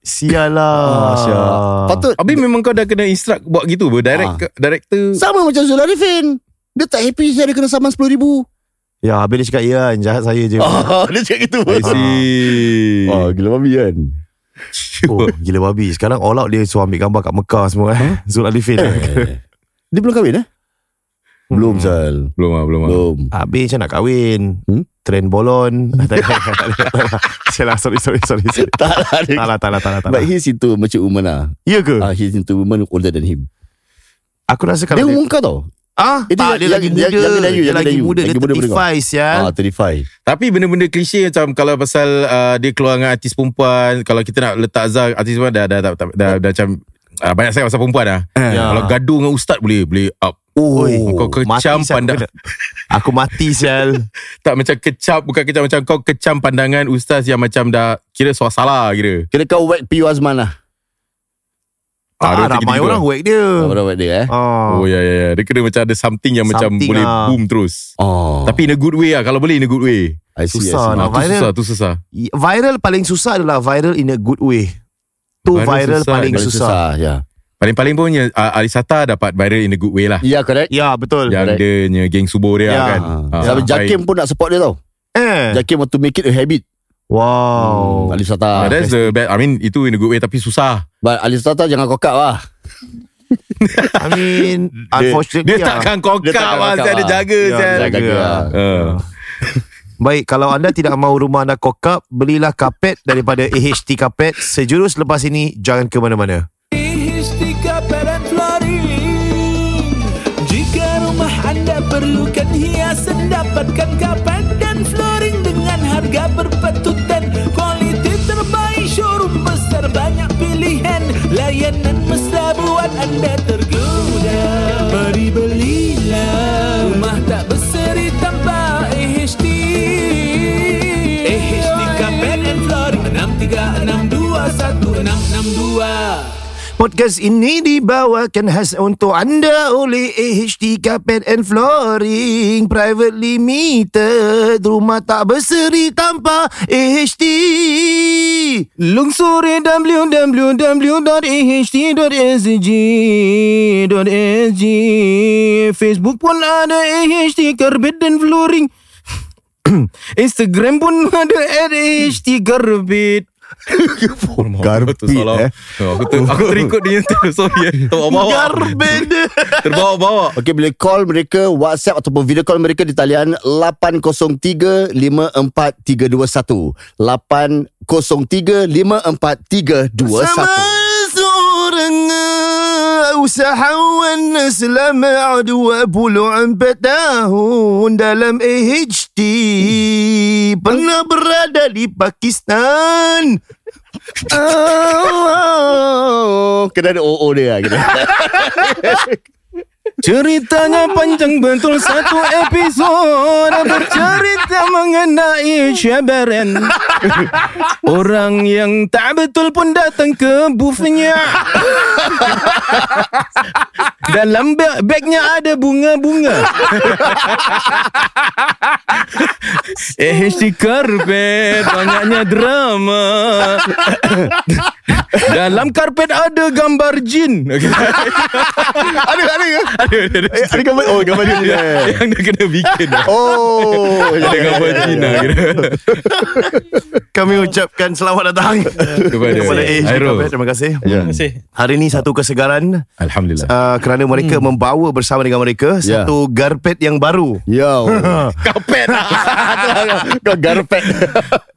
[SPEAKER 3] Sial lah.
[SPEAKER 5] Patut
[SPEAKER 4] Habis memang kau dah kena instruct buat gitu ber direct director
[SPEAKER 5] sama macam Zul Arifin. Dia tak happy saya dia kena saman RM10,000.
[SPEAKER 3] Ya, habis dia cakap, ya, jahat saya je. Oh,
[SPEAKER 5] Ah, dia cakap gitu.
[SPEAKER 4] I see
[SPEAKER 5] Ah, gila babi kan.
[SPEAKER 3] Oh, gila babi. Sekarang all out dia suruh ambil gambar kat Mekah semua eh. Zul Alifin.
[SPEAKER 5] Eh. Dia belum kahwin eh? Hmm. Belum Zal.
[SPEAKER 4] Belum lah belum lah
[SPEAKER 5] Belum.
[SPEAKER 3] Habis macam nak kahwin.
[SPEAKER 5] Hmm?
[SPEAKER 3] Trend bolon. Tak ada, tak ada, tak ada. Sial lah, sorry, sorry, sorry. sorry.
[SPEAKER 5] tak lah. dia-
[SPEAKER 3] Tak lah, tak lah, tak lah. tak lah.
[SPEAKER 5] But he's into mature woman lah.
[SPEAKER 3] Ya ke?
[SPEAKER 5] Ah, he's into woman older than him.
[SPEAKER 3] Aku rasa
[SPEAKER 5] Dia
[SPEAKER 3] kalau dia...
[SPEAKER 5] umur kau tau.
[SPEAKER 3] Ah, tak, dia
[SPEAKER 5] eh, dia- yang-
[SPEAKER 3] lagi muda.
[SPEAKER 5] yang- yang Melayu,
[SPEAKER 3] Dia
[SPEAKER 5] yang
[SPEAKER 3] lagi
[SPEAKER 5] Melayu.
[SPEAKER 3] muda. Dia
[SPEAKER 5] Lagi muda daripada kau.
[SPEAKER 3] 35, sial.
[SPEAKER 4] Kan?
[SPEAKER 5] Ah, 35.
[SPEAKER 4] Tapi benda-benda klise macam kalau pasal uh, dia keluar dengan artis perempuan, kalau kita nak letak Azhar artis perempuan dah dah dah, dah, dah, dah macam uh, banyak sangat pasal perempuan dah.
[SPEAKER 3] Ya.
[SPEAKER 4] Kalau gaduh dengan ustaz boleh boleh up.
[SPEAKER 3] Oh,
[SPEAKER 4] kau kecam pandang.
[SPEAKER 3] Aku mati sial.
[SPEAKER 4] Tak macam kecap bukan kecap macam kau kecam pandangan ustaz yang macam dah kira suasala kira.
[SPEAKER 5] Kira kau wet P.U. Azman lah.
[SPEAKER 3] Ah,
[SPEAKER 4] Ah, dia
[SPEAKER 3] ramai
[SPEAKER 4] tiga-tiga.
[SPEAKER 3] orang wake dia.
[SPEAKER 5] Kau dah wet dia eh.
[SPEAKER 3] Ah.
[SPEAKER 4] Oh ya ya ya. Dia kena macam ada something yang macam
[SPEAKER 3] Something
[SPEAKER 4] boleh
[SPEAKER 3] lah.
[SPEAKER 4] boom terus.
[SPEAKER 5] Oh.
[SPEAKER 4] Tapi in a good way lah Kalau boleh in a good way
[SPEAKER 5] I see, I see.
[SPEAKER 3] susah
[SPEAKER 4] ah,
[SPEAKER 3] nak
[SPEAKER 4] Tu
[SPEAKER 3] viral.
[SPEAKER 4] susah Tu susah
[SPEAKER 3] Viral paling susah adalah viral in a good way. Tu
[SPEAKER 4] Viral
[SPEAKER 3] viral,
[SPEAKER 4] susah,
[SPEAKER 3] paling
[SPEAKER 5] Paling
[SPEAKER 3] susah.
[SPEAKER 5] susah. Ya.
[SPEAKER 4] Paling-paling pun yang, uh, Arisata dapat viral in a good way lah
[SPEAKER 5] Ya, correct.
[SPEAKER 3] Ya, betul.
[SPEAKER 5] correct.
[SPEAKER 4] Yang dia punya Geng subuh dia
[SPEAKER 3] Ya.
[SPEAKER 4] kan
[SPEAKER 5] Ah.
[SPEAKER 4] Ah,
[SPEAKER 5] Sampai
[SPEAKER 4] baik.
[SPEAKER 5] Jakim pun nak support dia tau.
[SPEAKER 3] Eh.
[SPEAKER 5] Jakim want to make it a habit. Hmm,
[SPEAKER 3] Wow.
[SPEAKER 5] Alif
[SPEAKER 4] Ah,
[SPEAKER 5] Sata.
[SPEAKER 4] that's the best. I mean, itu in a good way tapi susah.
[SPEAKER 5] But Alif Sata jangan kokak lah.
[SPEAKER 3] I mean, unfortunately.
[SPEAKER 4] Dia
[SPEAKER 3] ya.
[SPEAKER 4] takkan kokak
[SPEAKER 5] Dia takkan
[SPEAKER 4] lah.
[SPEAKER 5] kokak
[SPEAKER 4] Saya ada
[SPEAKER 5] lah.
[SPEAKER 4] jaga.
[SPEAKER 3] Ya,
[SPEAKER 4] Saya
[SPEAKER 5] Jangan
[SPEAKER 3] jaga.
[SPEAKER 5] jaga lah.
[SPEAKER 4] Uh,
[SPEAKER 3] Baik, kalau anda tidak mahu rumah anda kokap, belilah kapet daripada AHT Kapet. Sejurus lepas ini, jangan ke mana-mana.
[SPEAKER 7] Histika peran flooring Jika rumah anda perlukan hiasan Dapatkan kapet dan flooring Dengan harga berpatutan Kualiti terbaik showroom besar Banyak pilihan Layanan mesra buat anda tergoda Mari belilah Rumah tak berseri tambah AHT AHT Kapet and Flooring 63621662
[SPEAKER 3] Podcast ini dibawakan khas untuk anda oleh AHT Carpet and Flooring Private Limited. Rumah tak berseri tanpa AHT.
[SPEAKER 7] Lungsuri www.ahd.sg.sg Facebook pun ada AHD Carpet dan Flooring Instagram pun ada at AHD Carpet
[SPEAKER 4] Garpit eh. Aku, ter, aku terikut dia terus. Sorry eh. Terbawa-bawa. Terbawa-bawa.
[SPEAKER 5] Okay, boleh call mereka WhatsApp ataupun video call mereka di talian 803-54321. 803-54321.
[SPEAKER 3] Seorang usahawan selama 24 tahun dalam AHT pernah berada di Pakistan.
[SPEAKER 5] Oh, kena ada OO dia lah, kena.
[SPEAKER 3] Ya.
[SPEAKER 7] Ceritanya panjang betul satu episod Bercerita mengenai Syabaran Orang yang tak betul pun datang ke bufnya
[SPEAKER 4] Dalam ba- bagnya ada bunga-bunga. AHT Eh, karpet banyaknya drama. Dalam karpet ada gambar jin. Okay.
[SPEAKER 5] Ada ada ke?
[SPEAKER 4] ada, ada, ada.
[SPEAKER 5] Eh, ada gambar Oh gambar dia ni, eh.
[SPEAKER 4] Yang dia kena bikin lah.
[SPEAKER 5] Oh ya,
[SPEAKER 4] Ada
[SPEAKER 5] ya,
[SPEAKER 4] gambar
[SPEAKER 5] ya,
[SPEAKER 4] jin
[SPEAKER 5] ya.
[SPEAKER 4] lah kira.
[SPEAKER 3] Kami ucapkan selamat datang
[SPEAKER 4] Kepada
[SPEAKER 3] kepada AHT
[SPEAKER 4] Hairul.
[SPEAKER 3] Kabel. Terima kasih.
[SPEAKER 5] Ya.
[SPEAKER 3] Hari ini satu kesegaran
[SPEAKER 4] Alhamdulillah.
[SPEAKER 3] uh, kerana mereka hmm. membawa bersama dengan mereka
[SPEAKER 5] Ya.
[SPEAKER 3] satu garpet yang baru.
[SPEAKER 5] Ya Kapet lah. Kau garpet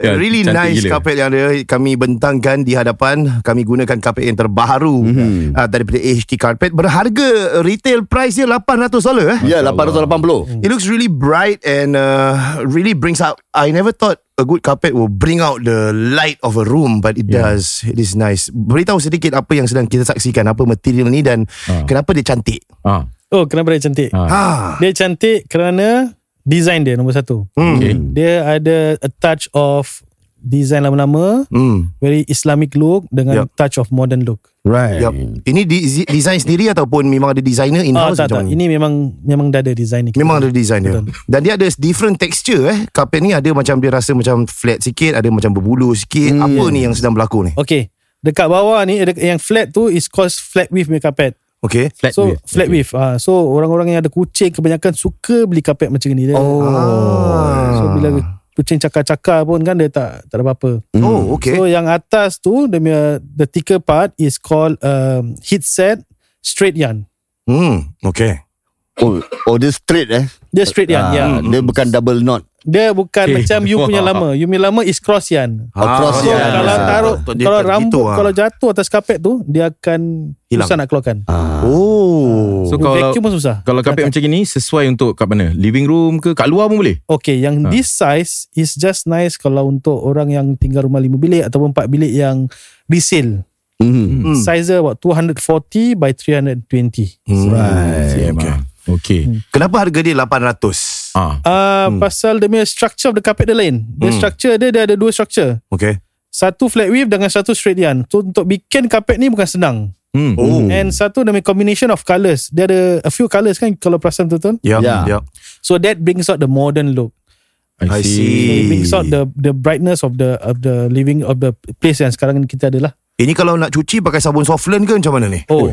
[SPEAKER 4] Ya,
[SPEAKER 3] really
[SPEAKER 4] cantik
[SPEAKER 3] nice
[SPEAKER 4] gila.
[SPEAKER 3] carpet yang ada kami bentangkan di hadapan kami gunakan carpet yang terbaru mm-hmm. uh, daripada HT Carpet berharga retail price dia 800 dolar eh.
[SPEAKER 5] Ya 880
[SPEAKER 3] It looks really bright and uh, really brings out I never thought a good carpet will bring out the light of a room but it yeah. does. It is nice. Beritahu sedikit apa yang sedang kita saksikan apa material ni dan uh. kenapa dia cantik.
[SPEAKER 4] Ah,
[SPEAKER 8] Oh kenapa dia cantik
[SPEAKER 4] ah.
[SPEAKER 3] Ha.
[SPEAKER 8] Dia cantik kerana Design dia nombor satu
[SPEAKER 3] Hmm.
[SPEAKER 4] Okay.
[SPEAKER 8] Dia ada a touch of Design lama-lama
[SPEAKER 3] Hmm.
[SPEAKER 8] Very Islamic look Dengan
[SPEAKER 3] Yup.
[SPEAKER 8] touch of modern look
[SPEAKER 5] Right
[SPEAKER 3] Yep. Ini di- design sendiri ataupun memang ada designer in
[SPEAKER 8] Ah
[SPEAKER 3] house
[SPEAKER 8] tak tak Ini memang Memang dah ada design ni
[SPEAKER 3] Memang ada design dia Dan dia ada different texture eh Carpet ni ada macam Dia rasa macam flat sikit Ada macam berbulu sikit hmm. Apa ni yang sedang berlaku ni
[SPEAKER 8] Okay Dekat bawah ni ada- Yang flat tu Is called flat width punya carpet
[SPEAKER 3] Okay
[SPEAKER 4] Flat
[SPEAKER 8] So
[SPEAKER 4] width.
[SPEAKER 8] flat width ah, So orang-orang yang ada kucing Kebanyakan suka beli carpet macam ni dia. Oh
[SPEAKER 3] Oh.
[SPEAKER 8] So bila
[SPEAKER 3] Ah.
[SPEAKER 8] kucing cakar-cakar pun kan Dia tak tak ada apa-apa
[SPEAKER 3] Oh okay
[SPEAKER 8] So yang atas tu dia punya, The thicker part Is called um, Heat set Straight yarn
[SPEAKER 3] Hmm Okay
[SPEAKER 5] Oh, oh dia straight eh
[SPEAKER 8] Dia straight
[SPEAKER 3] Ya,
[SPEAKER 8] yarn yeah.
[SPEAKER 5] Ah, Dia bukan double knot
[SPEAKER 8] Dia bukan
[SPEAKER 4] Okay.
[SPEAKER 8] macam You punya
[SPEAKER 4] Wah.
[SPEAKER 8] lama You punya lama is cross yarn
[SPEAKER 5] Oh, cross
[SPEAKER 8] So
[SPEAKER 5] yarn.
[SPEAKER 8] kalau taruh
[SPEAKER 3] Dia
[SPEAKER 8] Kalau
[SPEAKER 3] tak
[SPEAKER 8] rambut
[SPEAKER 3] gitu, ah.
[SPEAKER 8] Kalau jatuh atas kapet tu Dia akan
[SPEAKER 3] Hilang.
[SPEAKER 8] Susah nak keluarkan
[SPEAKER 3] Oh
[SPEAKER 4] So kalau
[SPEAKER 8] Vacuum pun susah
[SPEAKER 4] kalau kapet macam gini sesuai untuk kat mana? Living room ke kat luar pun boleh?
[SPEAKER 8] Okay, yang this size is just nice kalau untuk orang yang tinggal rumah 5 bilik ataupun 4 bilik yang resale.
[SPEAKER 5] Mhm.
[SPEAKER 8] Hmm. Size dia about 240 by 320.
[SPEAKER 3] Hmm.
[SPEAKER 5] Hmm.
[SPEAKER 8] Eh,
[SPEAKER 4] Right. Okay. okay.
[SPEAKER 8] Hmm.
[SPEAKER 3] Kenapa harga dia 800
[SPEAKER 4] Ah.
[SPEAKER 8] Ah, hmm. pasal dia punya structure of the carpet dia lain. Dia structure dia dia ada dua structure.
[SPEAKER 3] Okay
[SPEAKER 8] Satu flat width dengan satu straight yarn. So untuk bikin carpet ni bukan senang.
[SPEAKER 4] Hmm.
[SPEAKER 3] Oh
[SPEAKER 8] And satu dia punya combination of colours. Dia ada a few colours kan kalau perasan betul-betul.
[SPEAKER 3] Yep,
[SPEAKER 5] Yeah.
[SPEAKER 3] yep.
[SPEAKER 8] So that brings out the modern look.
[SPEAKER 3] I
[SPEAKER 8] So it
[SPEAKER 3] see
[SPEAKER 8] brings out the the brightness of the of the living of the place yang sekarang kita ada lah.
[SPEAKER 3] Ini kalau nak cuci Pakai sabun softlens ke macam mana ni
[SPEAKER 8] Oh.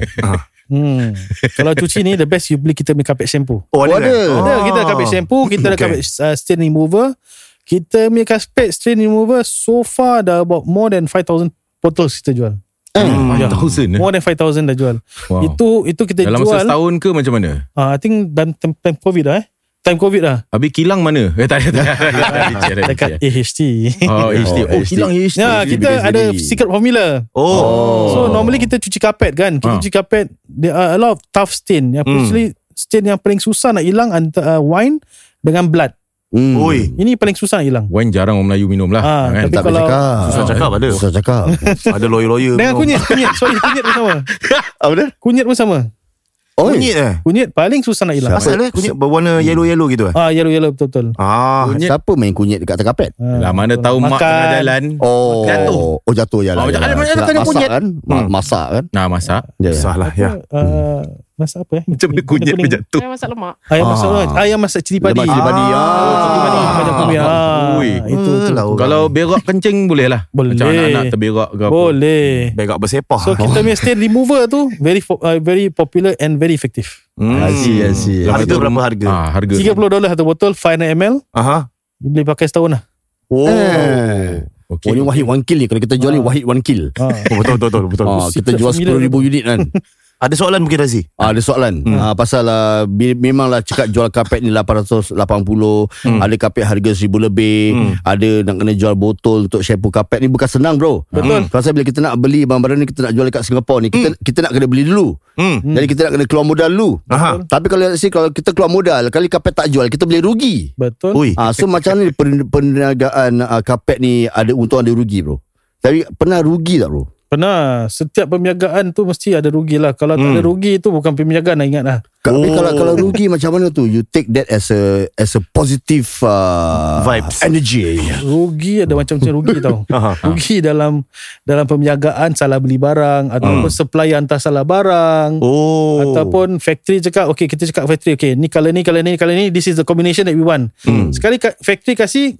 [SPEAKER 8] hmm. Kalau cuci ni the best you beli kita punya carpet shampoo.
[SPEAKER 3] Oh
[SPEAKER 5] ada.
[SPEAKER 3] kan?
[SPEAKER 4] Ah.
[SPEAKER 8] Ada kita carpet shampoo, kita ada
[SPEAKER 3] Okay.
[SPEAKER 8] carpet uh, stain remover. Kita punya carpet stain remover so far dah about more than 5000 bottles kita jual. Hmm. Ya.
[SPEAKER 4] Yeah. Thousand. eh?
[SPEAKER 8] More than 5000 dah jual.
[SPEAKER 4] Wow.
[SPEAKER 8] Itu itu kita
[SPEAKER 4] Dalam
[SPEAKER 8] jual.
[SPEAKER 4] masa setahun ke macam mana?
[SPEAKER 8] Ah, I think dalam time, time covid lah eh. Time covid lah.
[SPEAKER 4] Habis kilang mana? Eh tak ada. Tak ada. Tak
[SPEAKER 8] Dekat
[SPEAKER 4] ada.
[SPEAKER 8] AHT.
[SPEAKER 4] Oh, HD. Oh, kilang HD.
[SPEAKER 8] Ya, kita
[SPEAKER 5] Because
[SPEAKER 8] ada
[SPEAKER 5] we-
[SPEAKER 8] secret formula.
[SPEAKER 3] Oh
[SPEAKER 8] So normally kita cuci kapet kan Kita
[SPEAKER 4] Ah. Hmm.
[SPEAKER 8] cuci kapet There are a lot of tough stain Yang Especially stain yang paling susah nak hilang Antara uh, wine Dengan blood
[SPEAKER 5] Hmm.
[SPEAKER 3] Oi
[SPEAKER 8] Ini paling susah nak hilang
[SPEAKER 4] Wine jarang orang Melayu minum lah.
[SPEAKER 8] Ah,
[SPEAKER 4] kan?
[SPEAKER 8] tapi
[SPEAKER 5] Tak boleh
[SPEAKER 8] kalau-
[SPEAKER 5] cakap
[SPEAKER 3] Susah cakap ada
[SPEAKER 5] Susah cakap
[SPEAKER 3] Ada lawyer-lawyer
[SPEAKER 8] Dengan
[SPEAKER 3] punya.
[SPEAKER 8] kunyit Kunyit Sorry kunyit pun sama
[SPEAKER 5] Apa dia?
[SPEAKER 8] Kunyit pun sama
[SPEAKER 5] Oi
[SPEAKER 3] Kunyit eh
[SPEAKER 8] Kunyit paling susah nak hilang
[SPEAKER 3] Asal eh Kunyit berwarna yellow-yellow gitu eh
[SPEAKER 8] Ah, Yellow-yellow betul-betul
[SPEAKER 3] Ah
[SPEAKER 4] Kunyit.
[SPEAKER 5] Siapa main kunyit dekat atas kapet?
[SPEAKER 8] Ah,
[SPEAKER 4] Lah mana tahu mak
[SPEAKER 8] Makan.
[SPEAKER 4] tengah jalan.
[SPEAKER 5] Oh
[SPEAKER 4] Jatuh.
[SPEAKER 5] Oh jatuh je lah
[SPEAKER 4] Oh,
[SPEAKER 5] ya.
[SPEAKER 4] ada banyak
[SPEAKER 5] Sebab
[SPEAKER 4] kena
[SPEAKER 5] masak
[SPEAKER 4] kunyit.
[SPEAKER 5] kan Ma- Masak kan
[SPEAKER 4] Nah,
[SPEAKER 8] Ah.
[SPEAKER 4] masak.
[SPEAKER 5] Ya, ya.
[SPEAKER 3] Salah ya
[SPEAKER 8] uh, Masak apa eh
[SPEAKER 4] Macam mana kunyit
[SPEAKER 8] Kuning.
[SPEAKER 4] berjatuh.
[SPEAKER 9] Saya masak lemak.
[SPEAKER 8] Ayam masak ah. Ayam masak cili padi Ah,
[SPEAKER 5] Lemak cili padi
[SPEAKER 8] Cili padi Macam kunyit ah,
[SPEAKER 4] Ui.
[SPEAKER 8] Itu tu.
[SPEAKER 3] lah orang.
[SPEAKER 4] Kalau berak kencing boleh lah.
[SPEAKER 8] Boleh.
[SPEAKER 4] Macam anak-anak terberak ke apa.
[SPEAKER 8] Boleh
[SPEAKER 3] Begak bersepah
[SPEAKER 8] So kita punya stain remover tu Very fo- uh, very popular and very effective
[SPEAKER 5] I see, I see.
[SPEAKER 4] Lepas
[SPEAKER 3] Harga
[SPEAKER 4] tu-
[SPEAKER 3] Hmm. berapa harga?
[SPEAKER 4] Ah, harga.
[SPEAKER 8] 30 dolar satu botol 500 ml
[SPEAKER 3] Aha.
[SPEAKER 8] you boleh pakai setahun lah
[SPEAKER 5] Oh
[SPEAKER 4] Okey.
[SPEAKER 5] Oh ni Wahid One Kill ni Kalau kita jual ni Wahid One Kill
[SPEAKER 8] ha.
[SPEAKER 3] Oh, betul betul betul betul.
[SPEAKER 5] Ah, kita jual
[SPEAKER 8] Sembilan
[SPEAKER 5] 10,000 unit kan
[SPEAKER 3] Ada soalan mungkin Razi?
[SPEAKER 5] Ah, ada soalan hmm. ah, Pasal ah, bi- Memanglah cakap jual kapet ni 880 hmm. Ada kapet harga 1000 lebih hmm. Ada nak kena jual botol Untuk shampoo kapet ni Bukan senang bro Betul Pasal bila kita nak beli Barang-barang ni kita nak jual dekat Singapura ni Kita, hmm. kita nak kena beli dulu
[SPEAKER 3] Hmm.
[SPEAKER 5] Jadi kita nak kena keluar modal dulu
[SPEAKER 3] Aha.
[SPEAKER 5] Tapi kalau let's say, Kalau kita keluar modal Kali kapet tak jual Kita boleh rugi
[SPEAKER 8] betul
[SPEAKER 3] Ui.
[SPEAKER 5] Ah, so macam ni pen- perniagaan ah, kapet ni Ada untung ada rugi bro Tapi pernah rugi tak bro?
[SPEAKER 8] Pernah Setiap perniagaan tu Mesti ada rugi lah Kalau tak ada
[SPEAKER 3] Hmm.
[SPEAKER 8] rugi tu Bukan perniagaan lah ingat lah
[SPEAKER 5] Tapi kalau kalau rugi macam mana tu? You take that as a as a positive uh,
[SPEAKER 3] Vibes.
[SPEAKER 5] energy.
[SPEAKER 8] Rugi
[SPEAKER 3] Hmm.
[SPEAKER 8] ada macam-macam rugi tau Rugi dalam Dalam perniagaan Salah beli barang Ataupun supplier hantar salah barang
[SPEAKER 3] Hmm. Oh.
[SPEAKER 8] Ataupun factory cakap Okay kita cakap factory Okay ni colour ni Colour ni Colour ni This is the combination that we want
[SPEAKER 3] Hmm.
[SPEAKER 8] Sekali ka- factory kasih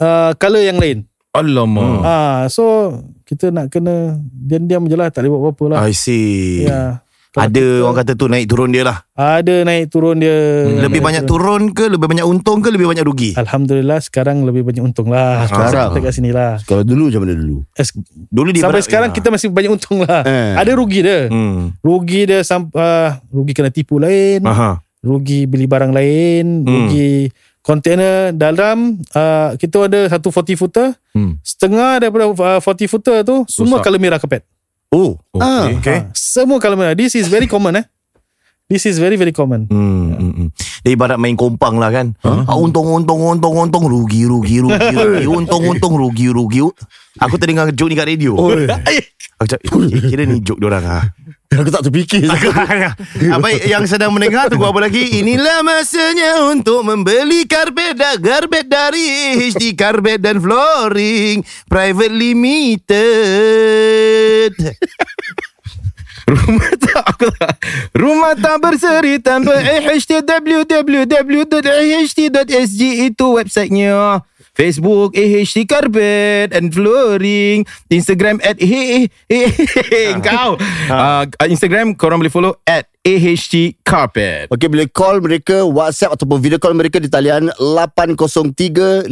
[SPEAKER 8] uh, Colour yang lain
[SPEAKER 3] Hmm.
[SPEAKER 4] Alamak.
[SPEAKER 8] Ah, So Kita nak kena Diam-diam je lah Tak boleh buat apa-apa lah
[SPEAKER 3] I see.
[SPEAKER 8] Ya.
[SPEAKER 3] Ada orang kata tu naik turun dia lah.
[SPEAKER 8] Ada naik turun dia.
[SPEAKER 3] Lebih
[SPEAKER 8] Ya, Naik Ah.
[SPEAKER 3] banyak turun ke, lebih banyak untung ke, lebih banyak rugi?
[SPEAKER 8] Alhamdulillah sekarang lebih banyak untung lah.
[SPEAKER 5] Sekarang?
[SPEAKER 8] Kita kat sini lah.
[SPEAKER 5] Kalau dulu macam mana dulu?
[SPEAKER 8] Eh,
[SPEAKER 3] Dulu dia
[SPEAKER 8] Sampai
[SPEAKER 3] berat-
[SPEAKER 8] sekarang
[SPEAKER 3] ya.
[SPEAKER 8] kita masih banyak untung lah.
[SPEAKER 5] Eh.
[SPEAKER 8] Ada rugi dia.
[SPEAKER 3] Hmm.
[SPEAKER 8] Rugi dia sampai uh, rugi kena tipu lain,
[SPEAKER 3] Aha.
[SPEAKER 8] rugi beli barang lain, rugi kontainer dalam uh, kita ada satu 40 footer.
[SPEAKER 4] Hmm.
[SPEAKER 8] Setengah daripada uh, 40 footer tu semua
[SPEAKER 4] Rosak.
[SPEAKER 8] color merah kapet.
[SPEAKER 3] Oh.
[SPEAKER 5] Ah.
[SPEAKER 3] Okay.
[SPEAKER 8] Ha. Semua color merah. This is very common eh. This is very very common.
[SPEAKER 3] Hmm, hmm, hmm. Dia ibarat main kompang lah kan. Ah, untung, untung, untung, untung, rugi, rugi, rugi, rugi. untung, untung, rugi, rugi. Aku terdengar joke ni kat radio. Aku cakap, eh, kira ni joke diorang lah.
[SPEAKER 5] Aku tak terfikir.
[SPEAKER 3] Ah, Baik yang sedang mendengar Tunggu apa lagi Inilah masanya Untuk membeli karpet dan Karpet dari HD Karpet dan Flooring Private Limited
[SPEAKER 4] Rumah tak aku tak. Rumah tak berseri tanpa AHT www.aht.sg itu websitenya. Facebook AHT Carpet and Flooring Instagram at hey, hey, hey, kau uh, Instagram korang boleh follow at AHT Carpet
[SPEAKER 5] Okey, boleh call mereka WhatsApp ataupun video call mereka di talian 803-54321.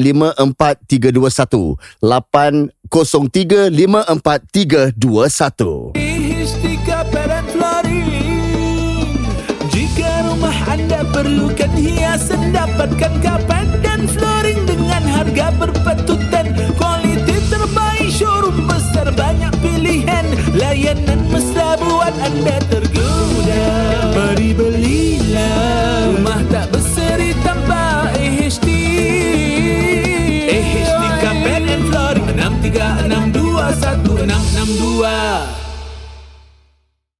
[SPEAKER 5] 803-54321.
[SPEAKER 9] Istika Parent Flooring Jika rumah anda perlukan hiasan Dapatkan kapan dan flooring